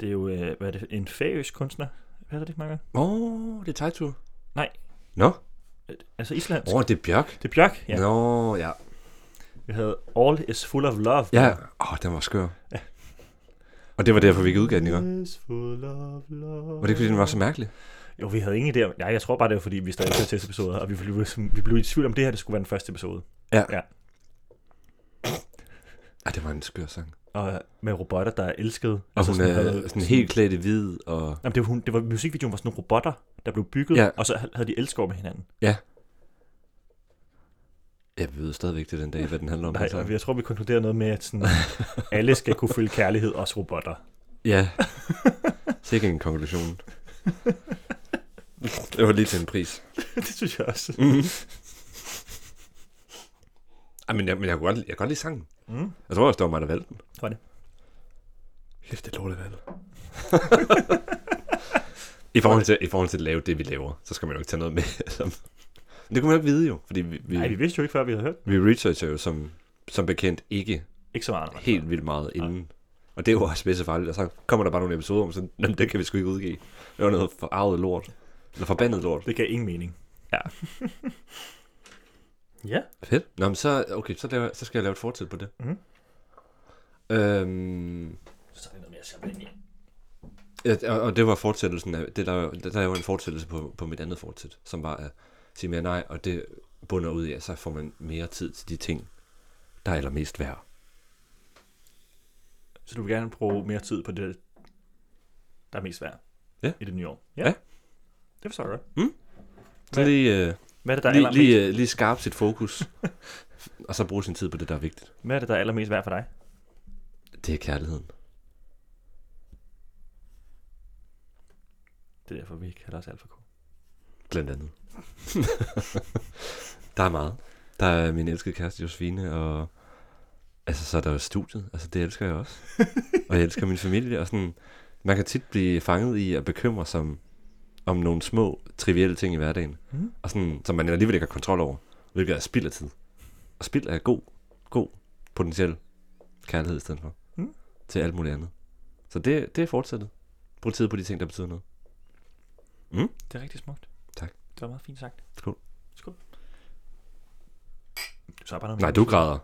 C: Det er jo, øh, hvad er det, en færøsk kunstner? Hvad er det, Michael?
B: Åh, oh, det er Tejtur.
C: Nej.
B: Nå,
C: Altså Island.
B: åh, oh, det er Bjørk.
C: Det er Bjørk, ja.
B: Ja. Nå, ja.
C: Vi havde All is full of love.
B: Ja, åh, oh, den var skør. Ja. Og det var derfor, vi ikke udgav den, ikke?
C: All is full of love.
B: Var det ikke, fordi den var så mærkelig?
C: Jo, vi havde ingen idé om... Nej, jeg tror bare, det var, fordi vi stadig til episoder, og vi blev, vi blev i tvivl om, det her det skulle være den første episode.
B: Ja.
C: Ja.
B: Ej, det var en skør sang.
C: Og med robotter, der er elsket. Og
B: Og hun er sådan helt klædt i hvid, og...
C: Jamen, det var, hun, det var, musikvideoen var sådan nogle robotter, der blev bygget,
B: Ja.
C: og så havde de elsker med hinanden.
B: Jeg ved stadigvæk til den dag, hvad den handler om.
C: Nej,
B: altså.
C: og jeg tror, vi konkluderer noget med, at sådan, alle skal kunne føle kærlighed, også robotter.
B: Ja. Sikke en konklusion. Det var lige til en pris.
C: det synes jeg også.
B: Mm. Ej, men jeg, men jeg, kunne godt, jeg kan godt lide sangen.
C: Mm.
B: Jeg tror også, det var mig, der valgte den.
C: Tror det.
B: Kæft, det er lortet valg. I forhold, til, I forhold til at lave det, vi laver, så skal man jo ikke tage noget med. Som... Men det kunne man jo ikke vide jo, fordi vi, vi,
C: Nej, vi vidste jo ikke, før vi havde hørt den.
B: vi researcher jo som, som bekendt ikke
C: Ikke så meget. Helt.
B: helt vildt meget inden. Og det er jo også pisse farligt, og så kommer der bare nogle episoder om, sådan, "Nå, det kan vi sgu ikke udgive. Det var noget forarvet lort. Eller forbandet lort.
C: Det gav ingen mening. Ja. ja.
B: Fedt. Nå, men så, okay, så, laver, så skal jeg lave et fortid på det.
C: Mhm.
B: Øhm,
C: Så tager vi noget mere champagne.
B: ja, og, og, det var fortsættelsen af, det der, der, der var en fortsættelse på, på mit andet fortsæt, som var at sige mere nej, og det bunder ud i, at så får man mere tid til de ting, der er allermest værd.
C: Så du vil gerne bruge mere tid på det, der er mest værd
B: Ja.
C: i det nye år?
B: Ja.
C: Det forstår jeg godt.
B: Så
C: Hvad-
B: lige, øh,
C: Hvad er det, der er
B: lige,
C: allermest,
B: lige, øh, lige skarpe sit fokus, og så bruge sin tid på det, der er vigtigt.
C: hvad er det, der er allermest værd for dig?
B: Det er kærligheden.
C: Det er derfor, vi kalder os alfa-k.
B: Blandt andet. der er meget. Der er min elskede kæreste Josefine, og altså, så er der jo studiet. Altså, det elsker jeg også. og jeg elsker min familie, og sådan, man kan tit blive fanget i at bekymre sig om, om nogle små, trivielle ting i hverdagen,
C: Mhm.
B: mm. og sådan, som man alligevel ikke har kontrol over, hvilket er spild af tid. Og spild er god, god potentiel kærlighed i stedet for,
C: Mhm.
B: mm. til alt muligt andet. Så det, det er fortsættet. Brug tid på de ting, der betyder noget.
C: Det er rigtig smukt.
B: Tak.
C: Det var meget fint sagt.
B: Skål.
C: Skål. Du tager bare noget
B: Nej, du græder.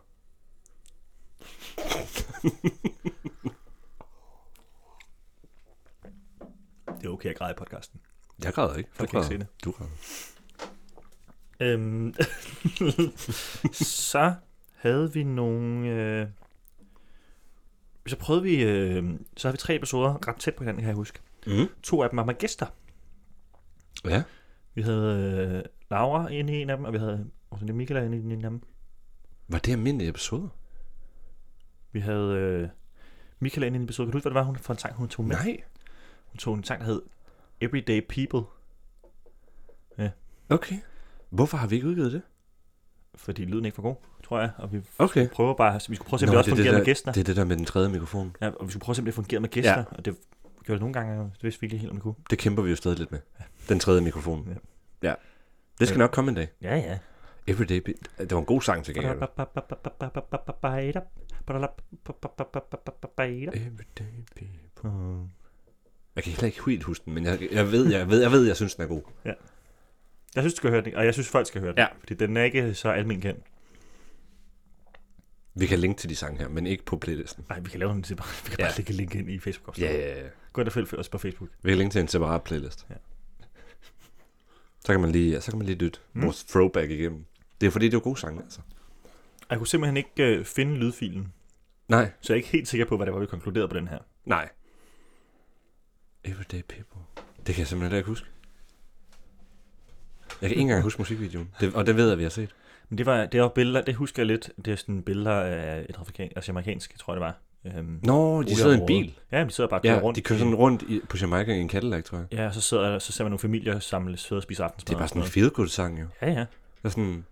C: Det er okay at græde i podcasten.
B: Jeg græder ikke. Du
C: Folk kan
B: græder.
C: ikke se det.
B: Du græder.
C: Øhm, så havde vi nogle... Øh, så prøvede vi... Øh, så havde vi tre episoder ret tæt på hinanden, kan jeg huske.
B: Mm.
C: To af dem var med gæster.
B: Ja.
C: Vi havde øh, Laura inde i en af dem, og vi havde og så Michael inde i en af dem.
B: Var det almindelige episoder?
C: Mm. Vi havde øh, Michael inde i en episode. Kan du huske, hvad det var hun for en sang, hun tog med?
B: Nej.
C: Hun tog en sang, der hed Everyday People,
B: Okay. Hvorfor har vi ikke udgivet det?
C: fordi lyden ikke var god, tror jeg. Og vi
B: Okay.
C: prøver bare... altså, Vi skulle prøve at se, om det også fungerede
B: der,
C: med gæster.
B: Det er det der med den tredje mikrofon.
C: Ja, og vi skulle prøve at se, om det fungerede med gæster,
B: Ja.
C: ja. og det gjorde det nogle gange, og det vidste vi ikke helt, om det kunne.
B: Det kæmper vi jo stadig lidt med. Den tredje mikrofon.
C: Ja.
B: Ja. ja. Det skal
C: Ja.
B: nok komme en dag.
C: Ja, ja.
B: Everyday Be- Det var en god sang til gengæld. Everyday Be- Jeg kan heller ikke helt huske den, men jeg, jeg, ved, jeg, ved, jeg ved, jeg synes, den er god.
C: Jeg synes, du skal høre den, og jeg synes, folk skal høre den,
B: Ja.
C: fordi den er ikke så almen kendt.
B: Vi kan linke til de sange her, men ikke på playlisten.
C: Nej, vi kan lave den til bare, vi kan bare
B: Ja.
C: lægge et link ind i facebook
B: Ja, ja, ja.
C: Gå ind og følg os på Facebook.
B: Vi kan linke til en separat playlist.
C: Ja.
B: Ja. Så kan man lige, ja, så kan man lige lytte
C: Mm.
B: mm. vores throwback igennem. Det er fordi, det er jo gode sange, altså.
C: Og Jeg kunne simpelthen ikke øh, finde lydfilen,
B: Nej,
C: så jeg er ikke helt sikker på, hvad det var, vi konkluderede på den her.
B: nej. Everyday People. Det kan jeg simpelthen heller ikke huske. Jeg kan ikke engang huske musikvideoen. Det, og det ved jeg, vi har set.
C: Men det var, det var billeder, det husker jeg lidt, det er sådan billeder af et afrikansk, altså amerikansk, tror jeg det var. Øhm,
B: Nå, de sidder i en bil.
C: Ja, men de sidder bare og kører
B: Ja,
C: rundt.
B: de kører
C: i-
B: sådan rundt i, på Jamaica i en Cadillac, tror jeg.
C: Ja, og så, sidder, så ser man nogle familier samles sidde og spise aftensmad.
B: Det er bare
C: og
B: sådan en
C: noget.
B: feel good sang, jo.
C: Ja, ja.
B: Der er sådan...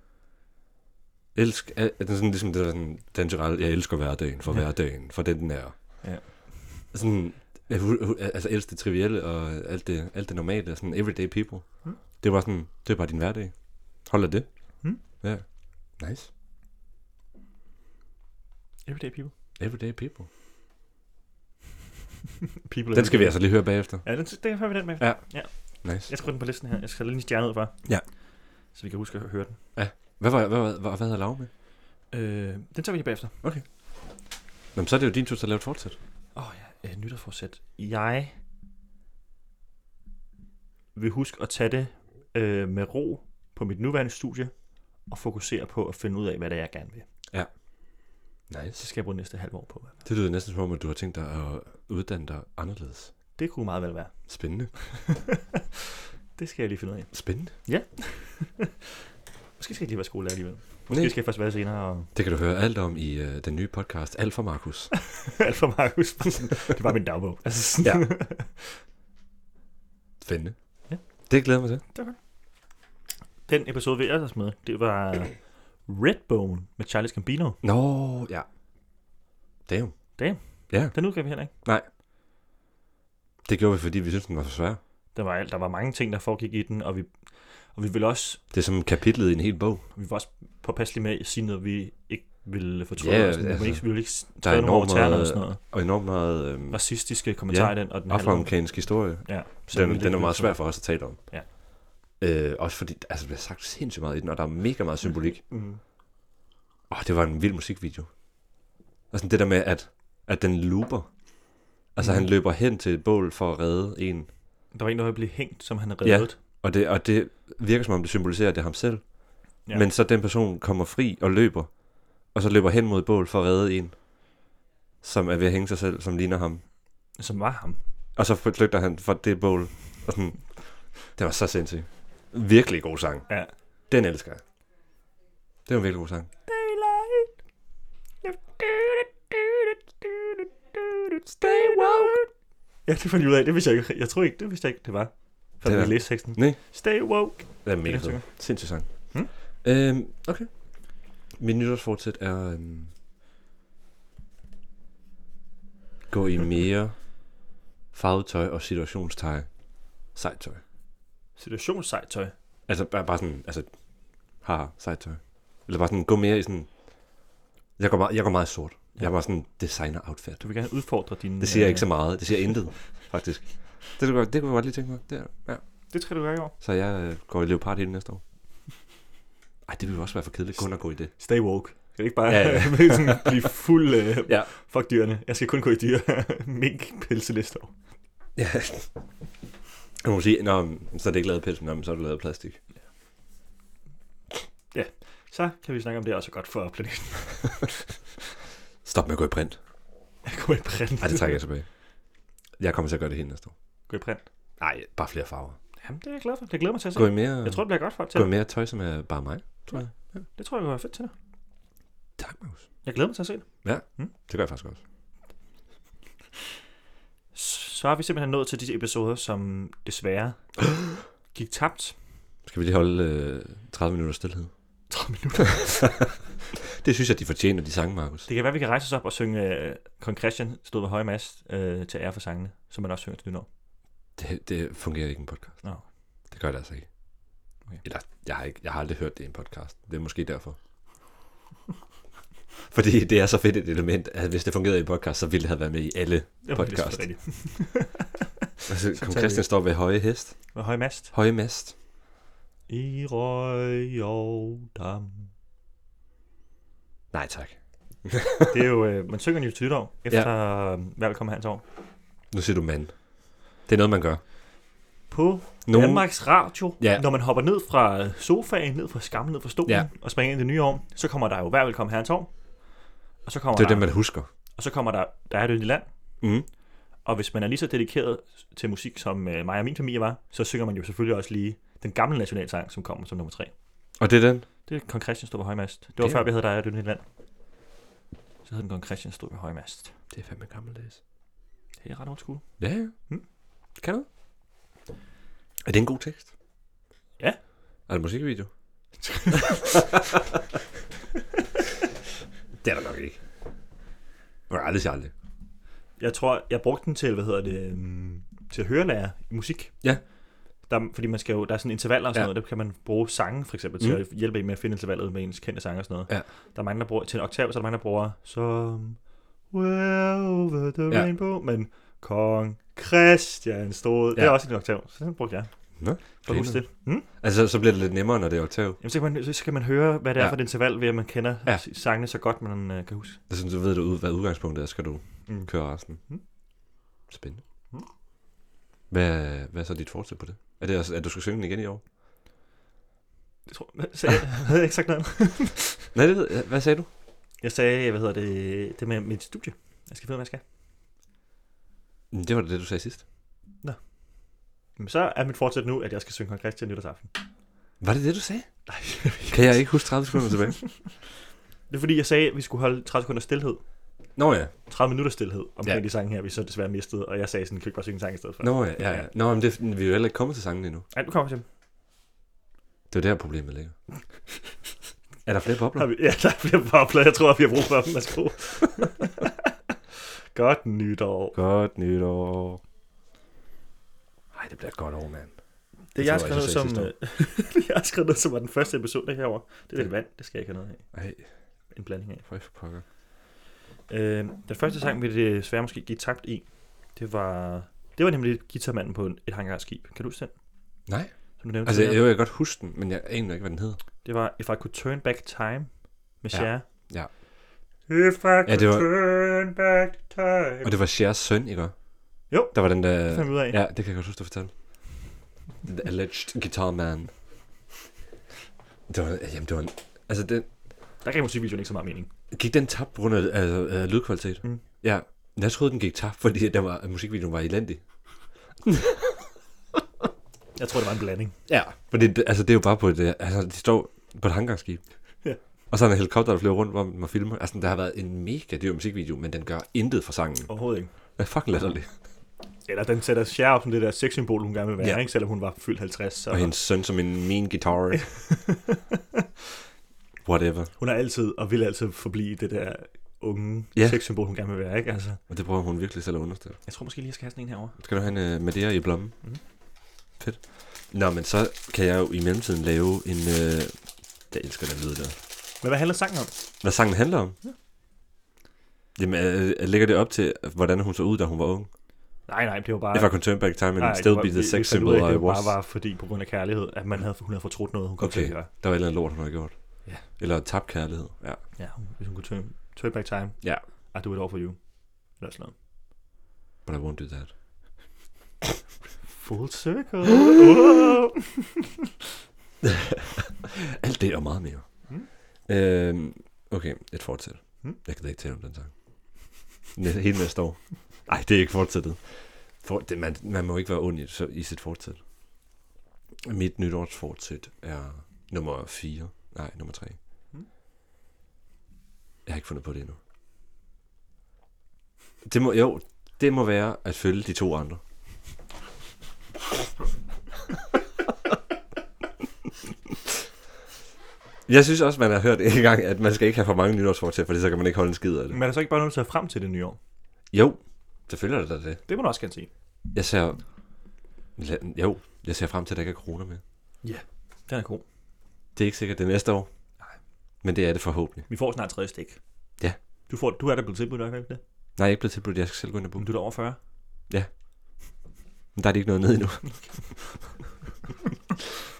B: Elsk... Er, er den sådan ligesom det der sådan... Dan Tyrell, jeg elsker hverdagen for
C: Ja.
B: hverdagen, for den den er.
C: Ja.
B: Sådan... Jeg, hu- hu- altså elsker det trivielle og alt det, alt det normale, sådan everyday people.
C: Mm.
B: Det var sådan, det er bare din hverdag. Hold af det.
C: Mm.
B: Ja. Nice.
C: Everyday people.
B: Everyday people.
C: people
B: Den skal vi
C: everyday.
B: altså lige høre bagefter.
C: Ja, den, den har vi den med.
B: Ja.
C: ja.
B: Nice.
C: Jeg skriver den på listen her. Jeg skal lige en stjerne ud for.
B: Ja.
C: Så vi kan huske at høre den.
B: Hvad var hvad, hvad, hvad, hvad havde Lav med?
C: Øh, den tager vi lige bagefter.
B: Jamen, så er det jo din tur til at lave et fortsæt.
C: Åh oh, ja, øh, nytårsforsæt. Jeg vil huske at tage det øh, med ro på mit nuværende studie og fokusere på at finde ud af, hvad det er, jeg gerne vil. Så
B: Nice.
C: skal jeg bruge næste halve år på. hvad-
B: Det lyder næsten som om, at du har tænkt dig at uddanne dig anderledes.
C: Det kunne meget vel være.
B: Spændende.
C: Det skal jeg lige finde ud af.
B: Spændende.
C: Måske skal jeg lige være skolelærer alligevel.
B: Nej.
C: Måske skal jeg først være senere. Og...
B: Det kan du høre alt om i øh, den nye podcast, Alt for Markus.
C: Alt for Markus. det var min dagbog. Altså, sådan.
B: Ja. Spændende.
C: Ja.
B: Det glæder jeg mig til.
C: Den episode, vi ellers med, det var Redbone med Charlie Gambino.
B: Nå, ja. Damn.
C: Den udgav vi heller ikke.
B: Det gjorde vi, fordi vi syntes, den var for svær.
C: Der var, alt, der var mange ting, der foregik i den, og vi, og vi ville også
B: Det er som kapitlet i en hel bog.
C: vi var også påpasselige med at sige noget, vi ikke ville fortryde.
B: Ja,
C: Yeah, sådan, altså,
B: altså,
C: ikke, vi ville ikke s-
B: der er
C: træde nogen over
B: enormt
C: tæerne og
B: meget-
C: sådan noget.
B: Og enormt meget øh,
C: Racistiske kommentarer i den, og den handler om-
B: afroamerikansk historie.
C: Ja,
B: Så den, den er meget svær for os at tale om.
C: Ja.
B: Øh, også fordi, altså, der bliver sagt sindssygt meget i den, og der er mega meget symbolik.
C: Mm.
B: Åh, oh, det var en vild musikvideo. Og sådan det der med, at, at den looper. Altså,
C: Mhm.
B: han løber hen til et bål for at redde en.
C: Der var en, der var blevet hængt, som han havde
B: Ja.
C: reddet.
B: Og det, og det virker som om, det symboliserer, at det er ham selv.
C: Ja.
B: Ja. Men så den person kommer fri og løber, og så løber hen mod et bål for at redde en, som er ved at hænge sig selv, som ligner ham.
C: Som var ham.
B: Og så flygter han fra det bål. Og sådan. Det var så sindssygt. Virkelig god sang.
C: Ja.
B: Den elsker jeg. Det var en virkelig god sang.
C: Daylight.
B: Stay woke.
C: Ja, det fandt jeg ud af. Det vidste jeg ikke. Jeg tror ikke, det vidste jeg ikke, det var. For
B: Det
C: det
B: er-
C: jeg læste teksten.
B: Nej.
C: Stay woke.
B: Det er mega
C: den
B: fed.
C: synger.
B: Sindssygt sang.
C: Hmm?
B: Øhm, okay. Min nytårsfortsæt er... Øhm, gå i mere farvetøj og situationstøj. Sejt tøj.
C: Situationssejt tøj.
B: Altså bare, bare sådan... Altså, haha, sejt tøj. Eller bare sådan, gå mere i sådan... Jeg går meget, jeg går meget i sort.
C: Ja.
B: Jeg var sådan designer-outfit.
C: Du vil gerne udfordre din...
B: Det siger
C: øh,
B: ikke så meget. Det siger intet, faktisk. Det kunne, jeg godt- det kunne jeg godt lige tænke mig. Det er, ja.
C: Det skal du gøre i år.
B: Så jeg øh, går i leopard hele næste år. Ej, det ville jo også være for kedeligt kun at gå i det.
C: Stay woke. Kan det ikke bare
B: Ja,
C: ja,
B: ja.
C: ja. sådan, blive fuld øh,
B: Ja.
C: Fuck dyrene. Jeg skal kun gå i dyr. Mink pelse næste år.
B: Ja. Jeg må sige, nå, men så er det ikke lavet af pels, men nå, men så er det lavet af plastik.
C: Så kan vi snakke om det også godt for planeten.
B: Stop med at gå i print.
C: Jeg kommer i print.
B: Nej, det trækker jeg tilbage. Jeg kommer til at gøre det hele næste år.
C: Gå i print.
B: Nej, bare flere farver.
C: Jamen, det er jeg glad for. Det glæder jeg mig til at se.
B: Gå i mere,
C: Jeg tror, det bliver godt for til.
B: gå i mere tøj, som er bare mig, tror jeg.
C: Det tror jeg, var fedt til dig.
B: Tak, Magnus.
C: Jeg glæder mig til at se det.
B: Det gør jeg faktisk også.
C: Så er vi simpelthen nået til disse episoder, som desværre gik tabt.
B: Skal vi lige holde øh, 30 minutter stillhed?
C: 30 minutter.
B: Det synes jeg, de fortjener, de sange, Markus.
C: Det kan være, vi kan rejse os op og synge øh, Kong Christian stod ved høje mast øh, til ære for sangene, som man også synger til nytår.
B: Det, det fungerer ikke i en podcast.
C: Nå.
B: Det gør det altså ikke.
C: Okay.
B: Eller, jeg har, ikke, jeg har aldrig hørt det i en podcast. Det er måske derfor. Fordi det er så fedt et element, at hvis det fungerede i en podcast, så ville det have været med i alle.
C: Det var det
B: Podcast.
C: selvfølgelig rigtigt.
B: Altså,
C: tager
B: Kong
C: vi-
B: Christian står ved høje hest.
C: Ved høje mast.
B: Høje mast.
C: I røg og dam.
B: Nej tak.
C: Det er jo, øh, man synger den jo til nytår, efter ja. hver kommer hans år.
B: Nu siger du mand. Det er noget, man gør.
C: På Nogen...
B: Nogen,
C: Danmarks Radio,
B: Ja.
C: ja. når man hopper ned fra øh, sofaen, ned fra skammen, ned fra stolen,
B: Ja.
C: ja. og springer ind i det nye år, så kommer der jo hver velkommen herrens år. Og så kommer,
B: det er
C: der,
B: det, man husker.
C: og så kommer der, der er et yndigt land.
B: Mm.
C: Og hvis man er lige så dedikeret til musik, som øh, mig og min familie var, så synger man jo selvfølgelig også lige den gamle nationalsang, som kommer som nummer tre.
B: Og det er den.
C: Det er Kong Christian stod ved højmast. Det var
B: Det-
C: før, vi havde Der er et yndigt land. Så hed den Kong Christian stod ved højmast.
B: Det er fandme gammeldags.
C: Det er ret old school.
B: Ja, ja. Mm.
C: Mm.
B: Kan du? Er det en god tekst?
C: Ja.
B: Er det en musikvideo? det er der nok ikke. Man kan aldrig sige aldrig.
C: Jeg tror, jeg brugte den til, hvad hedder det, øhm, til hørelærer i musik.
B: Ja.
C: der, fordi man skal jo, der er sådan intervaller og sådan
B: Ja.
C: ja. noget, der kan man bruge sange for eksempel til
B: Mm.
C: mm. at hjælpe en med at finde intervallet med ens kendte sange og sådan noget.
B: Ja.
C: Der er mange, der bruger, til en oktav, så er der mange, der bruger Somewhere over the
B: Ja.
C: ja. rainbow, men Kong Christian stod, ja. det
B: Ja.
C: er også en oktav, så den brugte jeg.
B: Nå,
C: for at huske det. Mm?
B: Altså, så bliver det lidt nemmere, når det er oktav.
C: Jamen, så, kan man, så kan man høre, hvad det er
B: Ja.
C: for et interval, ved at man kender
B: Ja.
C: ja. sangene så godt, man øh, kan huske.
B: Altså, så ved du, ud- hvad udgangspunktet er, skal du
C: Mm.
B: køre resten.
C: Mm.
B: Spændende.
C: Mm.
B: Hvad, hvad er så dit fortsæt på det? Er det, også- at du skal synge den igen i år?
C: Jeg tror, så jeg havde jeg ikke sagt noget andet.
B: Nej, det ved jeg. Hvad sagde du?
C: Jeg sagde, hvad hedder det, det med mit studie. Jeg skal finde, ud af, hvad jeg skal.
B: Mm, Det var da det, du sagde sidst.
C: Jamen, så er mit fortsæt nu, at jeg skal synge Kong Christian nytårsaften.
B: Var det det, du sagde? Kan jeg ikke huske 30 sekunder tilbage?
C: Det er fordi, jeg sagde, at vi skulle holde 30 sekunder stillhed.
B: Nå ja,
C: 30 minutter stillhed omkring
B: Ja.
C: ja. de sange her, vi så desværre mistede. Og jeg sagde sådan, kan vi ikke bare synge en sang i stedet for?
B: nå ja, ja, ja. Nå, men det, vi er jo heller ikke kommet til sangen endnu.
C: Ej, nu kommer jeg til. dem.
B: Det er jo der, problemet ligger. Er der flere
C: Har
B: bobler?
C: vi, ja, der bliver bobler. Jeg tror, at vi har brug for dem. Værsgo. Godt nytår.
B: Godt nytår. Nej, det bliver et godt år, mand.
C: Det,
B: tror
C: jeg har
B: jeg,
C: skrevet
B: jeg
C: ned,
B: sagde
C: som,
B: sidste
C: øh, det, jeg har skrevet ned, som var den første episode herover. Det er lidt vand. Det skal jeg ikke have noget af.
B: Ej,
C: En blanding af.
B: for pokker.
C: Øh, den første sang, vi desværre måske gik tabt i, det var, det var nemlig guitarmanden på en- et hangarskib. Kan du huske den?
B: Nej.
C: Som du nævnte
B: Altså, jeg,
C: tidligere?
B: jeg kan godt huske den, men jeg aner ikke, hvad den hedder.
C: Det var If I Could Turn Back Time med
B: Ja,
C: Cher. Ja.
B: ja.
C: If I could
B: Ja, det var-
C: turn back time.
B: Og det var Shers søn, ikke? også?
C: Jo.
B: Der var den der...
C: Det fandt vi ud af.
B: Ja, det kan jeg godt huske, du fortalte. The alleged guitar man. Det var, jamen, det var en, altså, den,
C: Der gav musikvideoen ikke så meget mening.
B: gik den tabt på grund af altså, øh, lydkvalitet?
C: Mm.
B: Ja, jeg troede, den gik tabt, fordi at den var, at musikvideoen var elendig.
C: Jeg tror, det var en blanding.
B: Ja. Fordi, det, altså, det er jo bare på et, øh, altså, de står på et hangarskib.
C: Ja.
B: Og så er der en helikopter, der flyver rundt, hvor man filmer. Altså, der har været en mega dyr musikvideo, men den gør intet for sangen. Oh.
C: Overhovedet ikke.
B: Det er fucking latterligt.
C: Eller den sætter Cher op som det der sexsymbol, hun gerne vil være,
B: Ja.
C: ja. ikke? selvom hun var fyldt 50. Så
B: Og hendes søn som en mean guitar. Whatever.
C: Hun har altid, og vil altid forblive det der unge
B: Ja.
C: ja. sexsymbol, hun gerne vil være. Ikke? Altså,
B: Og det prøver hun virkelig selv at understøtte.
C: jeg tror måske lige, jeg skal have sådan en herovre.
B: Skal du have en uh, Madeira i blommen? Mm.
C: Mhm.
B: Fedt. Nå, men så kan jeg jo i mellemtiden lave en... Uh... Jeg elsker den lyd der.
C: Men hvad handler sangen om?
B: Hvad sangen handler om? Ja. Jamen, uh, lægger det op til, hvordan hun så ud, da hun var ung?
C: Nej, nej, det var bare...
B: If I could turn back time and
C: Nej,
B: still
C: det var-
B: be the
C: vi-
B: sex
C: vi fandt
B: symbol
C: ud af,
B: I
C: Det
B: was.
C: bare var fordi, på grund af kærlighed, at man havde, hun havde fortrudt noget, hun kunne
B: Okay.
C: okay. gøre.
B: Der var et eller andet lort, hun havde gjort.
C: Ja.
B: Eller tabt kærlighed. Ja.
C: Ja, hun- hvis hun kunne turn, turn back time.
B: Ja.
C: I do it all for you. Eller sådan noget.
B: But I won't do that.
C: Full circle. Wow.
B: Alt det og meget mere. Mm.
C: Mm.
B: Øhm, okay, et fortsæt. Mm.
C: Mm.
B: Jeg kan da ikke tale om den sang. Næ- Hele næste år. Nej, det er ikke fortsættet. For, det, man, man må ikke være ond i, så, i sit fortsæt. Mit nytårsfortsæt er nummer 4. Nej, nummer 3. Mm.
C: Mm.
B: Jeg har ikke fundet på det endnu. Det må, jo, det må være at følge de to andre. Jeg synes også, man har hørt en gang, at man skal ikke have for mange nytårsfortsæt, for så kan man ikke holde en skid af det.
C: Men er der så ikke bare noget, du ser frem til det nye år?
B: Jo, selvfølgelig er der da det.
C: Det må du også gerne sige.
B: Jeg ser... La- Jo, jeg ser frem til, at der ikke er corona med.
C: Den er god.
B: Det er ikke sikkert det er næste år. Men det er det forhåbentlig.
C: Vi får snart tredje stik.
B: Ja.
C: Du, får, du er der blevet tilbudt, er du ikke
B: Nej,
C: det?
B: jeg er ikke blevet tilbudt, jeg skal selv gå ind og booke.
C: Du er der over 40.
B: Men der er det ikke noget ned endnu.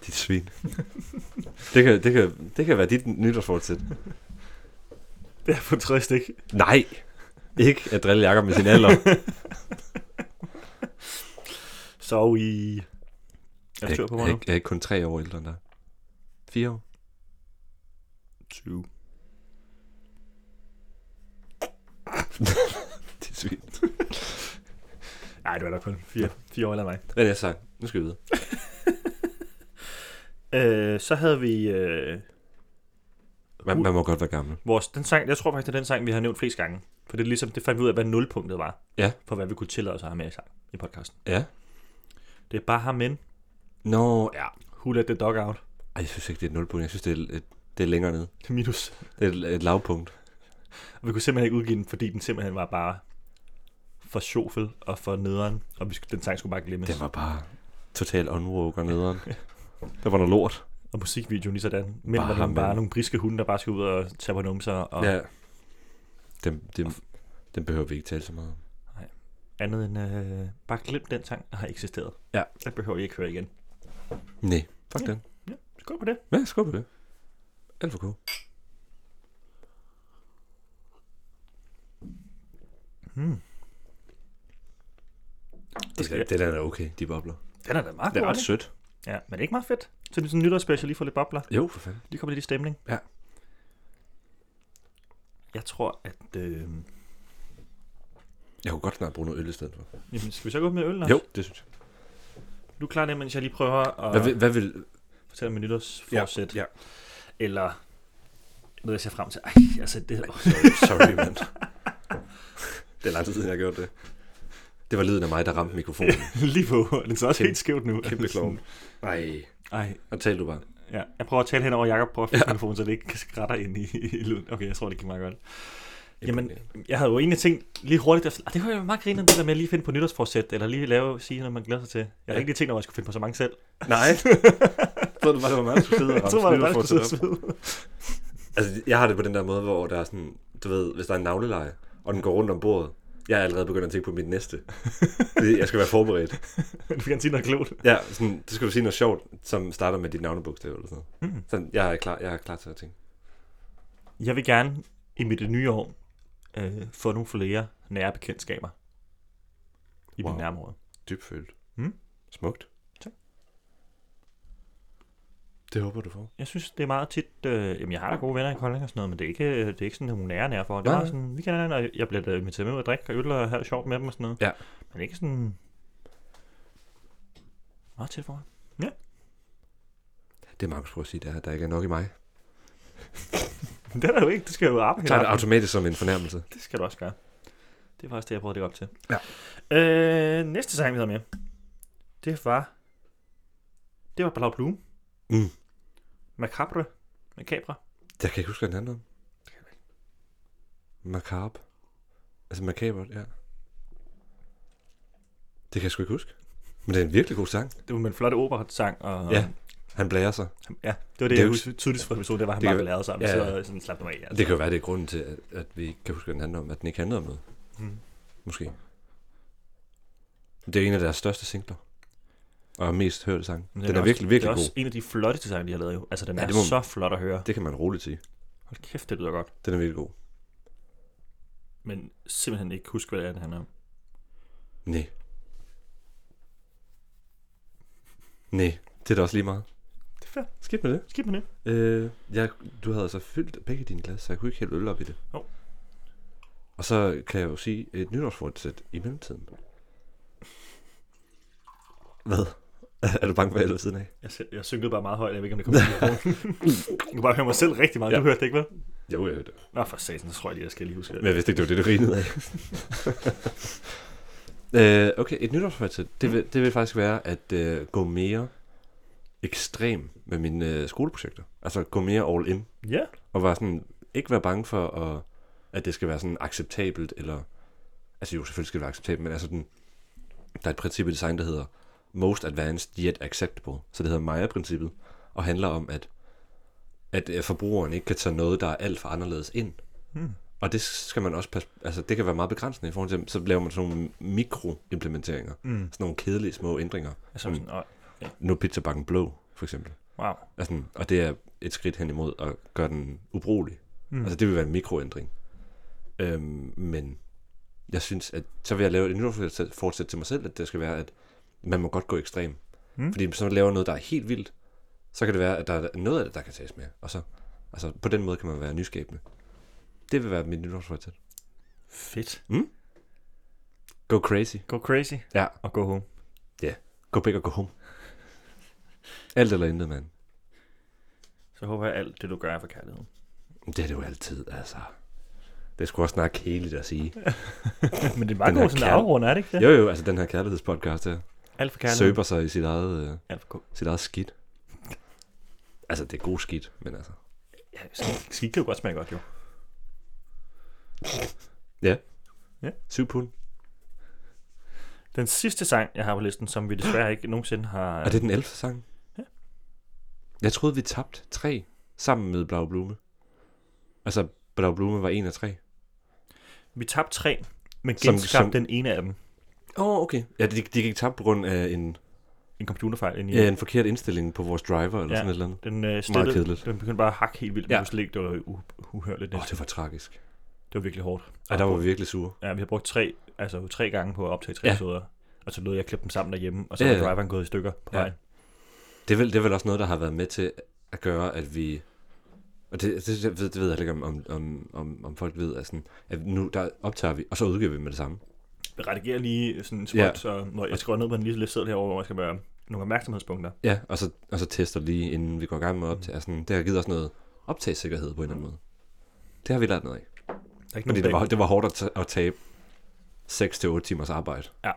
B: dit svin. Det kan, det, kan, det kan være dit nytårsfortsæt.
C: Det er på tredje stik.
B: Nej, ikke at drille Jacob med sin alder.
C: Så i... Er du
B: Jeg,
C: sur på
B: jeg,
C: mig nu?
B: jeg, jeg er kun tre år ældre end dig. Fire år?
C: 20.
B: Det er svin.
C: Nej, du er der kun 4, 4 år eller mig.
B: Hvad er det, jeg sagt? Nu skal vi videre.
C: Øh, så havde vi... Øh,
B: Man,
C: Uh.
B: man må godt være gammel.
C: Vores, den sang, jeg tror faktisk, det er den sang, vi har nævnt flest gange. For det, er ligesom, det fandt vi ud af, hvad nulpunktet var.
B: Ja.
C: For hvad vi kunne tillade os at have med i, sang, i podcasten.
B: Ja.
C: Det er bare ham men.
B: Nå, ja.
C: Who let the dog out?
B: Ej, jeg synes ikke, det er et nulpunkt. Jeg synes, det er, et, det er længere nede.
C: Minus.
B: Det er et, et lavpunkt.
C: Og vi kunne simpelthen ikke udgive den, fordi den simpelthen var bare for sjofel og for nederen. Og vi, skulle- den sang skulle bare glemmes.
B: Det var bare... Total unwoke og nederen. Der var noget lort.
C: Og musikvideoen lige sådan. Men
B: Bare
C: var
B: ham,
C: nogle, bare
B: mand.
C: nogle briske hunde, der bare skal ud og tage på numser. Og ja.
B: Ja. Dem, dem, dem behøver vi ikke tale så meget om.
C: andet end, øh, bare glem den sang, der har eksisteret.
B: Ja.
C: Den behøver I ikke høre igen.
B: Nej, fuck
C: Ja.
B: den.
C: Skål på det.
B: Ja, skål på det. Alt for cool.
C: Hmm.
B: Det,
C: skal
B: det, det
C: jeg-
B: der er okay, de bobler.
C: Den er da meget
B: Det
C: god,
B: er ret
C: ikke?
B: sødt.
C: Ja, men ikke meget fedt. Så det er sådan en nytårsspecial, lige for lidt bobler.
B: Jo, for fanden.
C: Lige kommer lidt i stemning.
B: Ja.
C: Jeg tror, at... Øh...
B: Jeg kunne godt snart bruge noget øl i stedet for.
C: Jamen, skal vi så gå med øl, Lars?
B: Jo, det synes jeg.
C: Du klarer det, mens jeg lige prøver at
B: Hvad, vil- hvad vil...
C: fortælle om min nytårsforsæt.
B: ja.
C: Eller noget, jeg ser frem til. Ej, altså, det er
B: Sorry, sorry mand. Det er lang tid siden, jeg har gjort det. Det var lyden af mig, der ramte mikrofonen.
C: lige på. Den så også
B: Kæmpe-
C: helt skævt nu.
B: Kæmpe klovn. Nej.
C: Ej,
B: Og talte du bare.
C: ja. Jeg prøver at tale hen over Jacob, prøver at finde ja. telefonen, så det ikke skrætter ind i, i lyden. Okay, jeg tror, det gik meget godt. Jamen, jeg havde jo egentlig tænkt lige hurtigt, efter, "Ah, det kunne jeg meget grine det der med at lige finde på nytårsforsæt, eller lige lave, sige noget, man glæder sig til. Jeg havde
B: Ja.
C: ikke lige tænkt over, at jeg skulle finde på så mange selv.
B: Nej. Så det var det var mig, der skulle sidde og
C: Jeg tror,
B: ramme
C: jeg bare skulle sidde
B: nytårsforsæt
C: og
B: op.
C: svede.
B: Altså, jeg har det på den der måde, hvor der er sådan, du ved, hvis der er en navleleje, og den går rundt om bordet, jeg er allerede begyndt at tænke på mit næste. Fordi jeg skal være forberedt.
C: Men du kan sige noget klogt.
B: Ja, sådan, det skal du sige noget sjovt, som starter med dit navnebogstav eller sådan noget.
C: Mhm.
B: Sådan, jeg er klar, jeg er klar til at tænke.
C: Jeg vil gerne i mit nye år øh, få nogle flere nære bekendtskaber i wow.
B: Wow.
C: mit nærområde.
B: Dybfølt.
C: Mm.
B: Smukt.
C: Tak.
B: Det håber du får.
C: Jeg synes, det er meget tit... Øh, jamen, jeg har da gode venner i Kolding og sådan noget, men det er ikke, øh, det er ikke sådan nogle nære nære for. Det
B: Nej,
C: er
B: nej.
C: sådan, vi kan hinanden, og jeg bliver da inviteret med ud og drikke og øl og have det sjovt med dem og sådan noget.
B: Ja.
C: Men ikke sådan... Meget tæt for.
B: Det Markus prøver at sige, det er, at der ikke er nok i mig.
C: Det er der jo ikke, det skal jeg jo arbejde
B: Jeg tager det
C: med.
B: automatisk som en fornærmelse.
C: Det skal du også gøre. Det er faktisk det, jeg prøvede det op til.
B: Ja.
C: Øh, næste sang, vi havde med, det var... Det var Blau Blue.
B: Mm.
C: Macabre. Macabre.
B: Jeg kan ikke huske, hvad den handler om. Macabre. Altså macabert, ja. Det kan jeg sgu ikke huske. Men det er en virkelig god sang.
C: Det var med en flot operasang. Og,
B: Ja. Han blærer sig.
C: ja. Det var det,
B: Det
C: det
B: er
C: jeg
B: jo-
C: husker tydeligst fra episoden, det var, at han
B: Det
C: bare
B: kan-
C: lavede sammen,
B: ja,
C: ja,
B: ja.
C: ja. så sådan slap dem af. Altså.
B: Det kan jo være, det er grunden til, at, at vi ikke kan huske, hvad den handler om. At den ikke handler om noget.
C: Mm.
B: Måske. Det er en af deres største singler. Og mest hørte sang. Den,
C: Men
B: den er,
C: også-
B: virkelig, virkelig
C: Det er
B: god.
C: også en af de flotteste sange, de har lavet jo. Altså, den
B: Ja,
C: ja, er
B: det må man-
C: så flot at høre.
B: Det kan man roligt sige.
C: Hold kæft, det lyder godt.
B: Den er virkelig god.
C: Men simpelthen ikke huske, hvad det er, den handler om.
B: Nej. Nej, det er da også lige meget.
C: Det er fair.
B: Skidt med det.
C: Skib med det.
B: Øh, jeg, du havde altså fyldt begge dine glas, så jeg kunne ikke hælde øl op i det.
C: Jo.
B: Og så kan jeg jo sige et nytårsfortsæt i mellemtiden. Hvad? er du bange for, at jeg løber siden af?
C: Jeg, sy- jeg synkede bare meget højt, jeg ved ikke, om det kom til mikrofonen. Du kan bare høre mig selv rigtig meget. Ja. Du
B: Ja.
C: hørte det ikke, vel?
B: Jo, jeg hørte det.
C: Nå, for satan, så tror jeg lige, jeg skal lige huske
B: Men
C: det.
B: jeg vidste ikke, det var det, du grinede af. øh, okay, et nytårsfortsæt, det vil, det vil faktisk være at øh, gå mere ekstrem med mine øh, skoleprojekter. Altså gå mere all in.
C: Ja,
B: Og være sådan, ikke være bange for, at, at det skal være sådan acceptabelt, eller... Altså jo, selvfølgelig skal det være acceptabelt, men altså den, der er et princip i design, der hedder Most Advanced Yet Acceptable. Så det hedder Maya-princippet, og handler om, at, at øh, forbrugeren ikke kan tage noget, der er alt for anderledes ind.
C: Hmm.
B: Og det skal man også passe, altså det kan være meget begrænsende i forhold til, så laver man sådan nogle mikroimplementeringer,
C: Mm.
B: sådan nogle kedelige små ændringer.
C: altså, sådan, og,
B: Nu er pizzabakken blå, for eksempel.
C: wow.
B: Altså, og det er et skridt hen imod at gøre den ubrugelig. Mm.
C: Mm.
B: Altså det vil være en mikroændring. Øhm, men jeg synes, at så vil jeg lave et nytårsforsæt fortsæt til mig selv, at det skal være, at man må godt gå ekstrem. Mm.
C: Mm.
B: Fordi hvis man laver noget, der er helt vildt, så kan det være, at der er noget af det, der kan tages med. Og så, altså på den måde kan man være nyskabende. Det vil være mit nytårsforsæt.
C: Fedt.
B: Go crazy.
C: Go crazy.
B: Ja.
C: Og go home.
B: Go big og go home. Alt eller intet, mand.
C: Så håber jeg, alt det, du gør, er for kærlighed.
B: Det er det jo altid, altså. Det skulle også snart kedeligt at sige.
C: Men det er
B: Den
C: meget
B: her
C: god sådan en
B: kærl-
C: afrund, er det ikke det?
B: Jo jo, altså den her kærlighedspodcast her.
C: Alt for kærlighed.
B: Søber sig i sit eget... Øh,
C: Alt for god.
B: sit eget skidt. Altså, det er god skidt, men altså...
C: Ja, sk- skidt kan jo godt smage godt, jo.
B: Ja.
C: Ja.
B: Syv pund.
C: Den sidste sang, jeg har på listen, som vi desværre ikke nogensinde har...
B: Er det den 11. sang?
C: Ja.
B: Jeg troede, vi tabte tre sammen med Blau Blume. Altså, Blau Blume var en af tre.
C: Vi tabte tre, men
B: Som-
C: genskabte
B: som-
C: den ene af dem.
B: Åh, oh, okay. Ja, de, de gik tabt på grund af en,
C: En computerfejl ind i.
B: ja. en forkert indstilling på vores driver eller
C: Ja.
B: ja. sådan et eller andet.
C: Den, øh, stillede,
B: kedeligt.
C: den begyndte bare at hakke helt vildt.
B: Ja.
C: Ja. Det var u- uhørligt.
B: Åh, oh,
C: næsten.
B: det var tragisk.
C: det var virkelig hårdt.
B: Ja, der var vi virkelig sure.
C: Ja, vi har brugt tre, altså tre gange på at optage tre
B: Ja.
C: ja. episoder. Og så lød jeg klippe dem sammen derhjemme, og så
B: Ja,
C: ja,
B: ja.
C: var driveren gået i stykker på
B: Ja.
C: ja. vejen.
B: Det er, vel, det er vel også noget, der har været med til at gøre, at vi... Og det, det, det, ved, det ved jeg heller ikke, om, om, om, om folk ved, at, sådan, at nu der optager vi, og så udgiver vi med det samme.
C: Jeg redigerer lige sådan en
B: Ja.
C: spot, så når jeg skriver ned på en lille liste herovre, hvor jeg skal være nogle opmærksomhedspunkter.
B: Ja, og så, og så tester lige, inden vi går i gang med at optage. Sådan, det har givet os noget optagssikkerhed på en eller anden måde. Det har vi lært noget af.
C: Der er ikke
B: Fordi
C: nogen
B: det var,
C: plan.
B: det var hårdt at, ta- at tabe 6-8 timers arbejde.
C: Ja.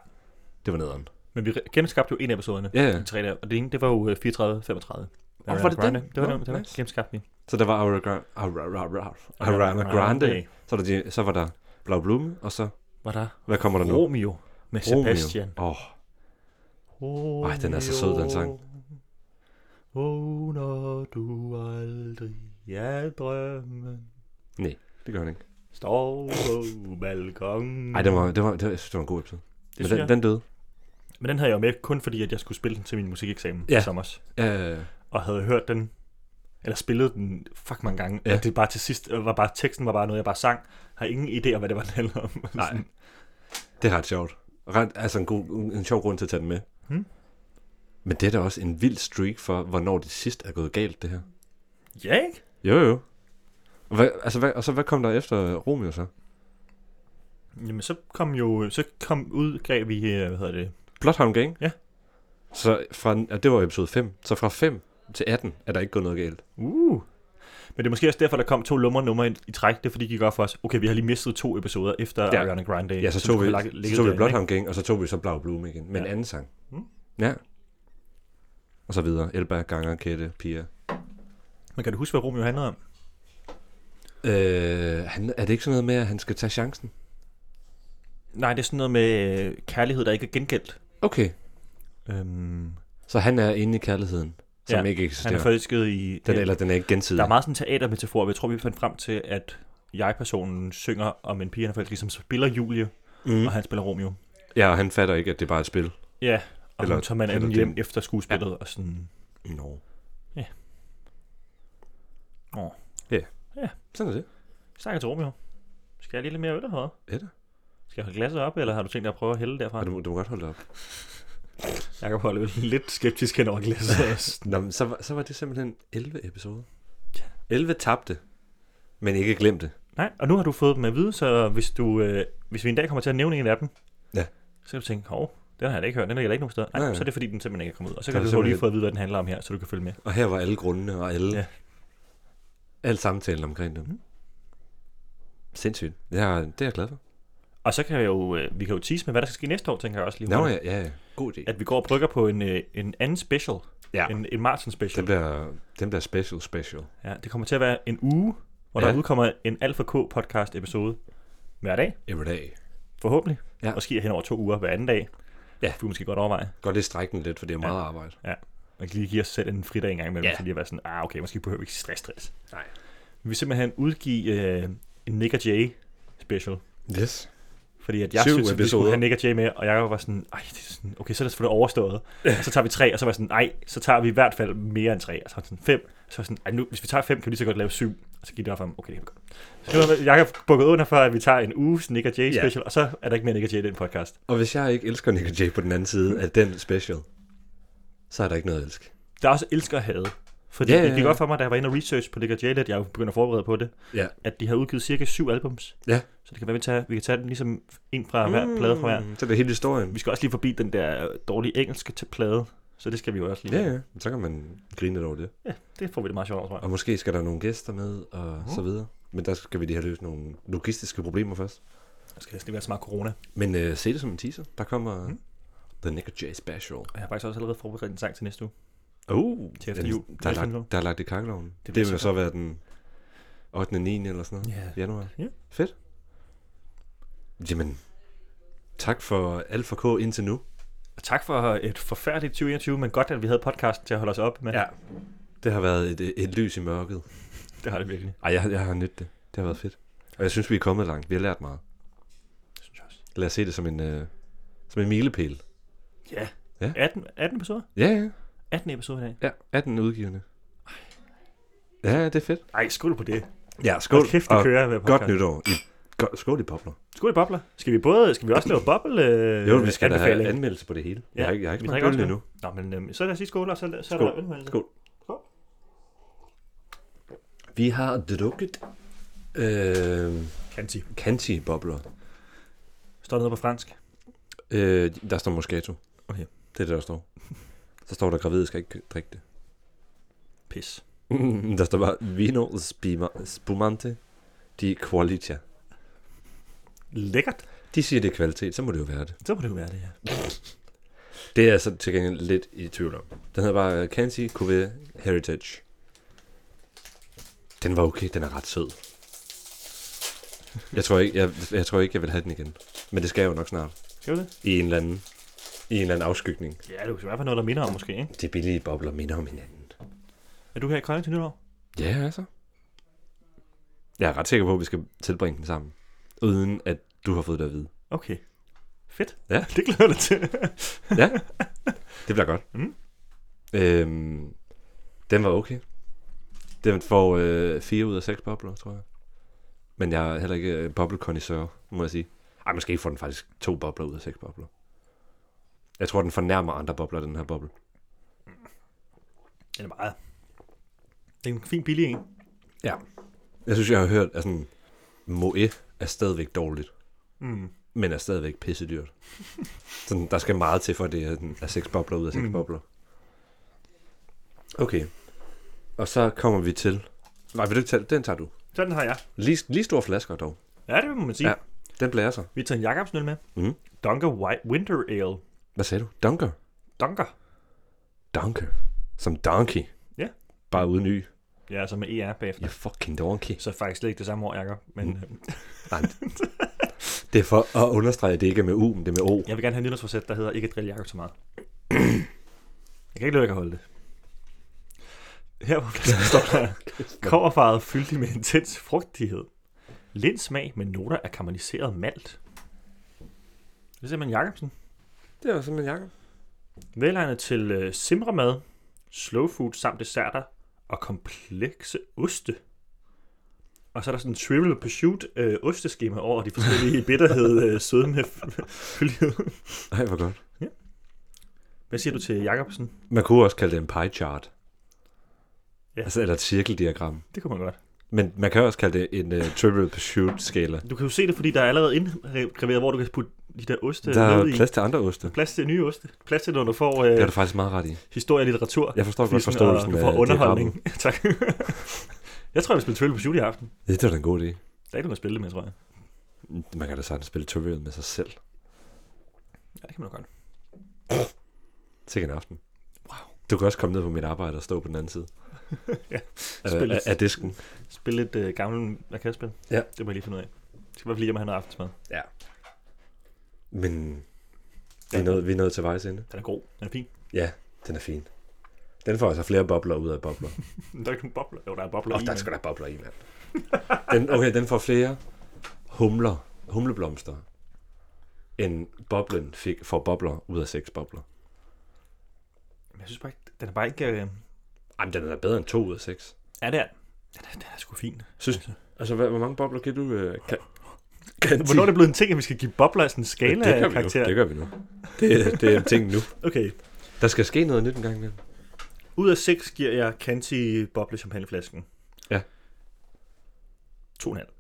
B: Det var nederen.
C: Men vi re- genskabte jo en af episoderne.
B: Ja, ja.
C: De tre der. Og det ene, det var jo øh, 34-35.
B: Åh, var det
C: Grande.
B: den?
C: Det var
B: Nå,
C: den, det
B: nice.
C: var nice. genskabte vi.
B: Så der var Aura Grande. Ariana Grande. Så, der, de- så var der Blau Blume, og så...
C: Var der
B: Hvad kommer der nu?
C: Romeo med Sebastian.
B: Åh, oh,
C: Romeo.
B: Ej, den er så sød, den sang.
C: Vågner du aldrig af drømmen?
B: det gør han ikke.
C: Står på balkongen.
B: Ej, det var, det var, det var, jeg synes, det var en god episode.
C: Det
B: Men
C: synes
B: den,
C: jeg.
B: den døde.
C: Men den havde jeg jo med kun fordi, at jeg skulle spille den til min musikeksamen
B: Ja.
C: i sommer.
B: Øh,
C: Og havde hørt den, eller spillet den fuck mange gange.
B: Ja.
C: Ja. Det bare til sidst, øh, var bare, teksten var bare noget, jeg bare sang. Har ingen idé om, hvad det var, den handlede om.
B: Nej.
C: Sådan.
B: det er ret sjovt. Ret, altså en, god, en sjov grund til at tage den med.
C: Hmm.
B: Men det er da også en vild streak for, hvornår det sidst er gået galt, det her.
C: Ja, ikke?
B: Jo, jo. Og Hvad, altså, hvad, og så hvad kom der efter Romeo så?
C: Jamen, så kom jo, så kom udgav vi, øh, hvad hedder det,
B: Bloodhound Gang?
C: Ja.
B: Så fra, ja, det var episode 5. Så fra 5 til 18 er der ikke gået noget galt.
C: Uh. Men det er måske også derfor, der kom to lumre numre i, i træk. Det er fordi, de gik op for os. Okay, vi har lige mistet to episoder efter
B: Ja.
C: ja. Ariana Grande.
B: Ja, så
C: som
B: tog
C: skulle
B: vi,
C: have lagt-
B: så
C: ligget
B: tog vi
C: derinde,
B: Bloodhound Gang, og så tog vi så Blau Bloom igen. Med en
C: Ja.
B: anden sang.
C: Mm.
B: Ja. Og så videre. Elba, Ganger, Kette, Pia.
C: ikke? Men kan du huske, hvad Romeo handlede om?
B: Øh, han, er det ikke sådan noget med, at han skal tage chancen?
C: Nej, det er sådan noget med øh, kærlighed, der ikke er gengældt.
B: Okay.
C: Øhm,
B: Så han er inde i kærligheden, som
C: Ja,
B: ikke
C: han
B: eksisterer.
C: er forelsket i... øh,
B: Den, eller den er ikke gensidig.
C: der er meget sådan teatermetafor, og jeg tror, vi fandt frem til, at jeg-personen synger om en pige, han er forelsket, i, som spiller Julie, mm.
B: mm.
C: og han spiller Romeo.
B: Ja, og han fatter ikke, at det er bare et spil.
C: Ja, og
B: Eller-
C: eller, hun tager man
B: eller
C: anden
B: det-
C: hjem efter skuespillet, ja. og sådan...
B: No.
C: Åh,
B: Sådan er det.
C: snakker til Romeo. Skal jeg lige lidt mere øl herovre?
B: Ja da.
C: Skal jeg holde glasset op, eller har du tænkt dig at prøve at hælde derfra?
B: Og du, må- du må godt holde det op.
C: Jeg kan holde lidt skeptisk hen over glasset.
B: Nå, men så, var- så var det simpelthen 11 episoder. 11 tabte, men ikke glemte.
C: Nej, og nu har du fået dem at vide, så hvis, du, øh, hvis vi en dag kommer til at nævne en af dem,
B: Ja.
C: så kan du tænke, hov, den har jeg da ikke hørt, den er jeg da ikke nogen steder. Nej,
B: Nej, nej.
C: så er det fordi, den simpelthen ikke er kommet ud. Og så
B: Der
C: kan
B: er
C: du så
B: simpelthen-
C: lige få at vide, hvad den handler om her, så du kan følge med.
B: Og her var alle grundene og alle, ja.
C: Ja.
B: alle samtalen omkring dem. Mm.
C: Mm.
B: Sindssygt. Ja, det er jeg glad for.
C: Og så kan vi jo, øh, vi kan jo tease med, hvad der skal ske næste år, tænker jeg også lige.
B: Nå
C: hurtigt.
B: ja, ja, ja. God idé.
C: At vi går og brygger på en, øh, en anden special,
B: Ja,
C: en, en Martin
B: den
C: special. Det,
B: bliver, den bliver special special.
C: ja, det kommer til at være en uge, hvor
B: Ja.
C: der udkommer en Alpha K podcast episode hver dag,
B: Every day.
C: forhåbentlig.
B: Ja.
C: Ja. Måske hen over to uger hver anden dag.
B: Ja.
C: Det kunne vi måske godt overveje.
B: Godt lidt strække den lidt, for det er meget arbejde.
C: Man kan lige give os selv en fridag en gang imellem,
B: Ja.
C: ja. så lige at være sådan, ah okay, måske behøver vi ikke stress, stress.
B: Nej.
C: Vi vil simpelthen udgive øh, en Nick og Jay special.
B: Yes.
C: Fordi at jeg
B: Syv
C: synes, at vi skulle
B: episoder.
C: have Nick og Jay med, og jeg var sådan, Ej, det er sådan, okay, så er det selvfølgelig overstået. Og så tager vi tre, og så var jeg sådan, nej, så tager vi i hvert fald mere end tre. Og så var det sådan fem. Så var jeg sådan, Ej, nu, hvis vi tager fem, kan vi lige så godt lave syv. Og så gik det op for ham, okay, det kan vi godt. Så jeg har bukket under for, at vi tager en uges Nick og Jay
B: Ja.
C: special, og så er der ikke mere Nick og Jay i den podcast.
B: Og hvis jeg ikke elsker Nick Jay på den anden side af den special, så er der ikke noget at elske.
C: Der er også elsker og had. Fordi
B: Ja,
C: ja,
B: ja,
C: ja,
B: ja.
C: det gik op for mig, da jeg var inde og research på Nick og Jay, lidt, jeg begyndte at forberede på det,
B: Ja.
C: at de har udgivet cirka syv albums.
B: Ja.
C: Så det kan være, vi, tager, vi kan tage den ligesom en fra hver plade fra hver.
B: Mm. Så det er hele historien.
C: Vi skal også lige forbi den der dårlige engelske til plade, så det skal vi jo også lige.
B: Ja, ja. Så kan man grine lidt over det.
C: ja det får vi det meget sjovt over, tror jeg.
B: Og måske skal der nogle gæster med, og så videre. Men der skal vi lige have løst nogle logistiske problemer først.
C: Der skal næsten lige være så meget corona.
B: Men øh, se det som en teaser. Der kommer mm. The Nick Jay Special.
C: Og jeg har faktisk også allerede forberedt en sang til næste uge.
B: Oh,
C: Til efter jul.
B: Der er,
C: Næste
B: lagt,
C: uge.
B: der er lagt i kakkeloven. Det,
C: Det
B: det
C: bliver
B: vil
C: så
B: så være den 8. 9. eller sådan noget.
C: Ja.
B: Januar.
C: Ja.
B: Fedt. Jamen, Tak for alt for K indtil nu.
C: Og tak for et forfærdeligt 2021, men godt, at vi havde podcasten til at holde os op med.
B: Ja. Det har været et, et lys i mørket.
C: Det har det virkelig.
B: Ej, jeg, jeg har nydt det. Det har været fedt. Og jeg synes, vi er kommet langt. Vi har lært meget.
C: Synes jeg også.
B: Lad os se det som en, øh, som en milepæl.
C: Ja.
B: Ja.
C: 18, 18 episoder?
B: Ja, ja.
C: 18 episoder i dag.
B: Ja, 18 udgivende. Ja, det er fedt.
C: Ej, skål på det.
B: Ja, skål.
C: Hold kæft, det kører med
B: godt
C: podcast.
B: nytår. I, go, skål i bobler.
C: Skål i bobler. Skal vi både, skal vi også lave boble øh,
B: Jo, vi skal da have
C: anbefaling?
B: anmeldelse på det hele.
C: Ja,
B: Jeg har ikke, jeg har ikke
C: vi
B: smagt
C: drikker
B: øl
C: også
B: endnu.
C: Nå, men øhm, så lad os sige skål, og så, så er
B: Skål.
C: der anmeldelse.
B: Skål.
C: Skål.
B: Vi har drukket øh,
C: Kanti.
B: Canti-bobler.
C: Står der noget på fransk?
B: Øh, der står Moscato.
C: Okay.
B: Det er det, der står. Så står der, gravide skal ikke drikke det.
C: Pis.
B: der står bare, vino spima- spumante di qualitia.
C: Lækkert.
B: De siger, det er kvalitet, så må det jo være det.
C: Så må det jo være det her.
B: Det er jeg så til gengæld lidt i tvivl om. Den hedder bare øh, Kansi Cuvée Heritage. Den var okay, den er ret sød. Jeg tror, ikke, jeg, jeg tror ikke, jeg vil have den igen. Men det skal jeg jo nok snart.
C: Skal vi det?
B: I en eller anden, i en eller anden afskygning.
C: Ja, det er jo i hvert fald noget, der minder om måske, ikke?
B: De billige bobler minder om hinanden.
C: Er du her i Kolding til nytår?
B: Ja, altså. Jeg er ret sikker på, at vi skal tilbringe den sammen. Uden at du har fået det at vide.
C: Okay. Fedt.
B: Ja.
C: Det glæder jeg dig til.
B: Ja, det bliver godt.
C: Mm.
B: Øhm, den var okay. Den får øh, 4 ud af 6 bobler, tror jeg. Men jeg er heller ikke øh, bobleconnoisseur, må jeg sige. Ej, måske får den faktisk to bobler ud af 6 bobler. Jeg tror, den fornærmer andre bobler, den her boble.
C: Den er meget. Det er en fin billig en.
B: Ja. Jeg synes, jeg har hørt, at sådan, Moe er stadigvæk dårligt,
C: Mm.
B: men er stadigvæk pissedyrt. sådan, der skal meget til, for at det er, den er 6 bobler ud af 6
C: Mm.
B: mm. bobler. Okay. Og så kommer vi til... Nej, vil du ikke tage... Den tager du.
C: Sådan har jeg.
B: Lige, lige store flasker dog.
C: Ja, det må man sige. Ja. Mhm.
B: Ja. Den blærer sig.
C: Vi tager en Jacobsnøl med.
B: Mm.
C: Dunker White Winter Ale.
B: Hvad sagde du? Dunker?
C: Dunker.
B: Dunker. Som donkey.
C: Ja.
B: Bare uden y.
C: Ja, altså med ER bagefter.
B: Ja, fucking donkey.
C: Så faktisk slet ikke det samme år, Jacob. Men mm.
B: Nej. det er for at understrege, at det ikke er med u, men det er med o.
C: jeg vil gerne have en nytårsforsæt, der hedder ikke at drille Jacob så meget. jeg kan ikke lade, at jeg kan holde det. Her på flasken står der, Kårfaret fyldig med intens frugtighed. Lind smag med noter af karamelliseret malt. Det er simpelthen Jacobsen.
B: Det var simpelthen jakke.
C: Velegnet til øh, simremad, slow food samt desserter og komplekse oste. Og så er der sådan en trivial pursuit øh, osteskema over de forskellige bitterhed, øh, sødme, fyldighed.
B: Ej, hvor godt.
C: Hvad siger du til Jacobsen?
B: Man kunne også kalde det en pie chart.
C: Ja.
B: Ja. Altså, eller et cirkeldiagram.
C: Det kunne man godt.
B: Men man kan også kalde det en uh, triple pursuit skala.
C: Du kan jo se det, fordi der er allerede indgraveret, hvor du kan putte de der oste
B: Der
C: ned
B: er
C: i.
B: plads til andre oste.
C: plads til nye oste. Plads til, når du får øh,
B: Det er du faktisk meget ret i.
C: historie og litteratur.
B: Jeg forstår godt
C: Quizzen,
B: forståelsen
C: og du
B: af
C: får underholdning.
B: diagrammet.
C: tak. jeg tror, jeg vil spille Trivial Pursuit i aften.
B: Ja, det er da en god idé.
C: Der er ikke nogen at spille det med, tror jeg.
B: Man kan da sagtens spille trivial med sig selv.
C: Ja, det kan man da godt.
B: Sikke en aften. Wow. Du kan også komme ned på mit arbejde og stå på den anden side.
C: Ja.
B: Af,
C: Spil
B: af,
C: lidt.
B: af disken.
C: Spille lidt øh, gammel arkadespil.
B: Ja.
C: Det må jeg lige finde ud af. Jeg skal i hvert fald lige hjem og have noget aftensmad.
B: Ja. Men vi
C: Ja.
B: er, nået, vi er nået til vejs ende.
C: Den er god. Den er fin.
B: Ja, den er fin. Den får altså flere bobler ud af bobler.
C: Men Der er ikke nogen bobler. Jo, der er bobler
B: Åh, oh,
C: i,
B: der
C: men-
B: skal der bobler i, mand. Den, okay, den får flere humler, humleblomster, end boblen fik for bobler ud af seks bobler.
C: Men jeg synes bare ikke, den er bare ikke... Øh...
B: Jamen, den er da bedre end to ud af seks.
C: Ja, det er den. Ja, den er- Den er sgu fin.
B: Synes, altså, altså hvad, hvor mange bobler giver du? Øh, kan, kan
C: Hvornår er det blevet en ting, at vi skal give bobler sådan en skala
B: det gør, vi
C: karakter?
B: nu. det gør vi nu. Det, det er ting nu.
C: Okay.
B: Der skal ske noget nyt en gang imellem.
C: Ud af 6 giver jeg Kanti boble champagneflasken.
B: Ja.
C: 2,5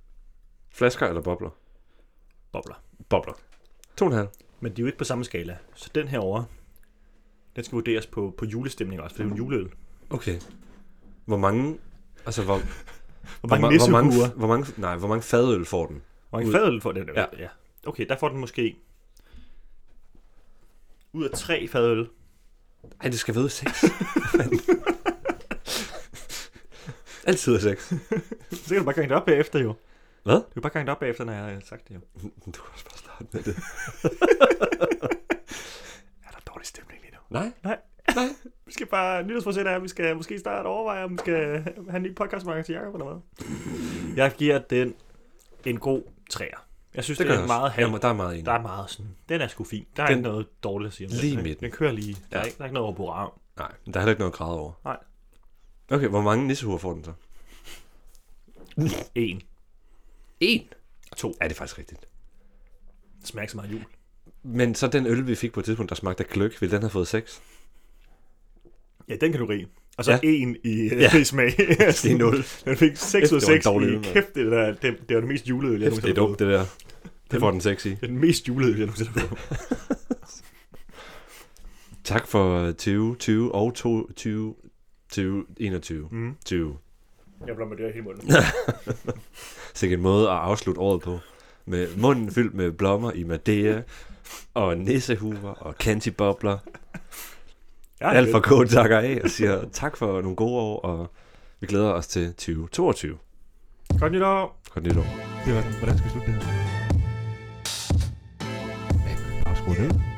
B: Flasker eller bobler?
C: bobler.
B: Bobler. To og en halv.
C: Men de er jo ikke på samme skala. Så den her over, den skal vurderes på, på julestemning også, for det
B: Mm.
C: er jo en juleøl.
B: Okay. Hvor mange... Altså, hvor,
C: Hvor
B: hvor,
C: mange
B: ma- hvor, mange,
C: nissehuer?
B: hvor mange, nej, hvor mange fadøl får den?
C: Hvor mange
B: ud-
C: fadøl får den? Ja.
B: Ja.
C: ja. Okay, der får den måske... Ud af tre fadøl.
B: Ej, det skal være ud af seks. Fanden. Altid af seks.
C: Så kan du bare gange det op bagefter jo.
B: Hvad?
C: Du kan bare gange det op bagefter, når jeg har sagt det jo.
B: Du kan også bare starte med det.
C: Er der dårlig stemning lige nu?
B: Nej.
C: Nej.
B: Nej.
C: Vi skal bare nyhedsforsæt her. Vi skal måske starte overveje, om vi skal have en ny podcastmarker til Jacob eller hvad. Jeg giver den en god træer. Jeg synes, det,
B: gør
C: det er
B: jeg
C: en
B: også.
C: meget halv.
B: Jamen, der er meget enig.
C: Der er meget sådan. Den er sgu fin. Der er
B: Den-
C: den, ikke noget dårligt at sige om den.
B: Lige
C: Den-
B: midten.
C: Den kører lige. Der, er,
B: Ja.
C: ikke, der er ikke noget over
B: Nej, men der er heller ikke noget at græde over.
C: Nej.
B: Okay, hvor mange nissehuer får den så?
C: En.
B: En.
C: To.
B: Ja, det er faktisk rigtigt.
C: Det smager ikke så meget af jul.
B: Men så den øl, vi fik på et tidspunkt, der smagte af gløk, ville den have fået 6?
C: Ja, den kategori. Og så
B: Ja.
C: ja. en i,
B: Ja.
C: ja. i smag. det
B: er nul.
C: Den fik 6 ud af
B: Kæft, det var en
C: 6
B: dårlig øl,
C: i
B: mand.
C: kæft. Det, der, det, det var det mest julede øl, jeg
B: Det er
C: nogensinde har
B: dumt,
C: fået.
B: det der. Det får den 6 i.
C: Det er den mest julede øl, jeg nogensinde har fået.
B: Tak for 2020 og 2020 2021.
C: Mm.
B: 20.
C: Jeg blommer helt munden.
B: Sikkert en måde at afslutte året på. Med munden fyldt med blommer i Madeira, og nissehuer og cantibobler.
C: Ja,
B: Alt for kort takker af og siger tak for nogle gode år, og vi glæder os til 2022.
C: Godt nytår.
B: Godt nytår.
C: Det var den. Hvordan skal vi slutte det her?
B: Bare skru ned.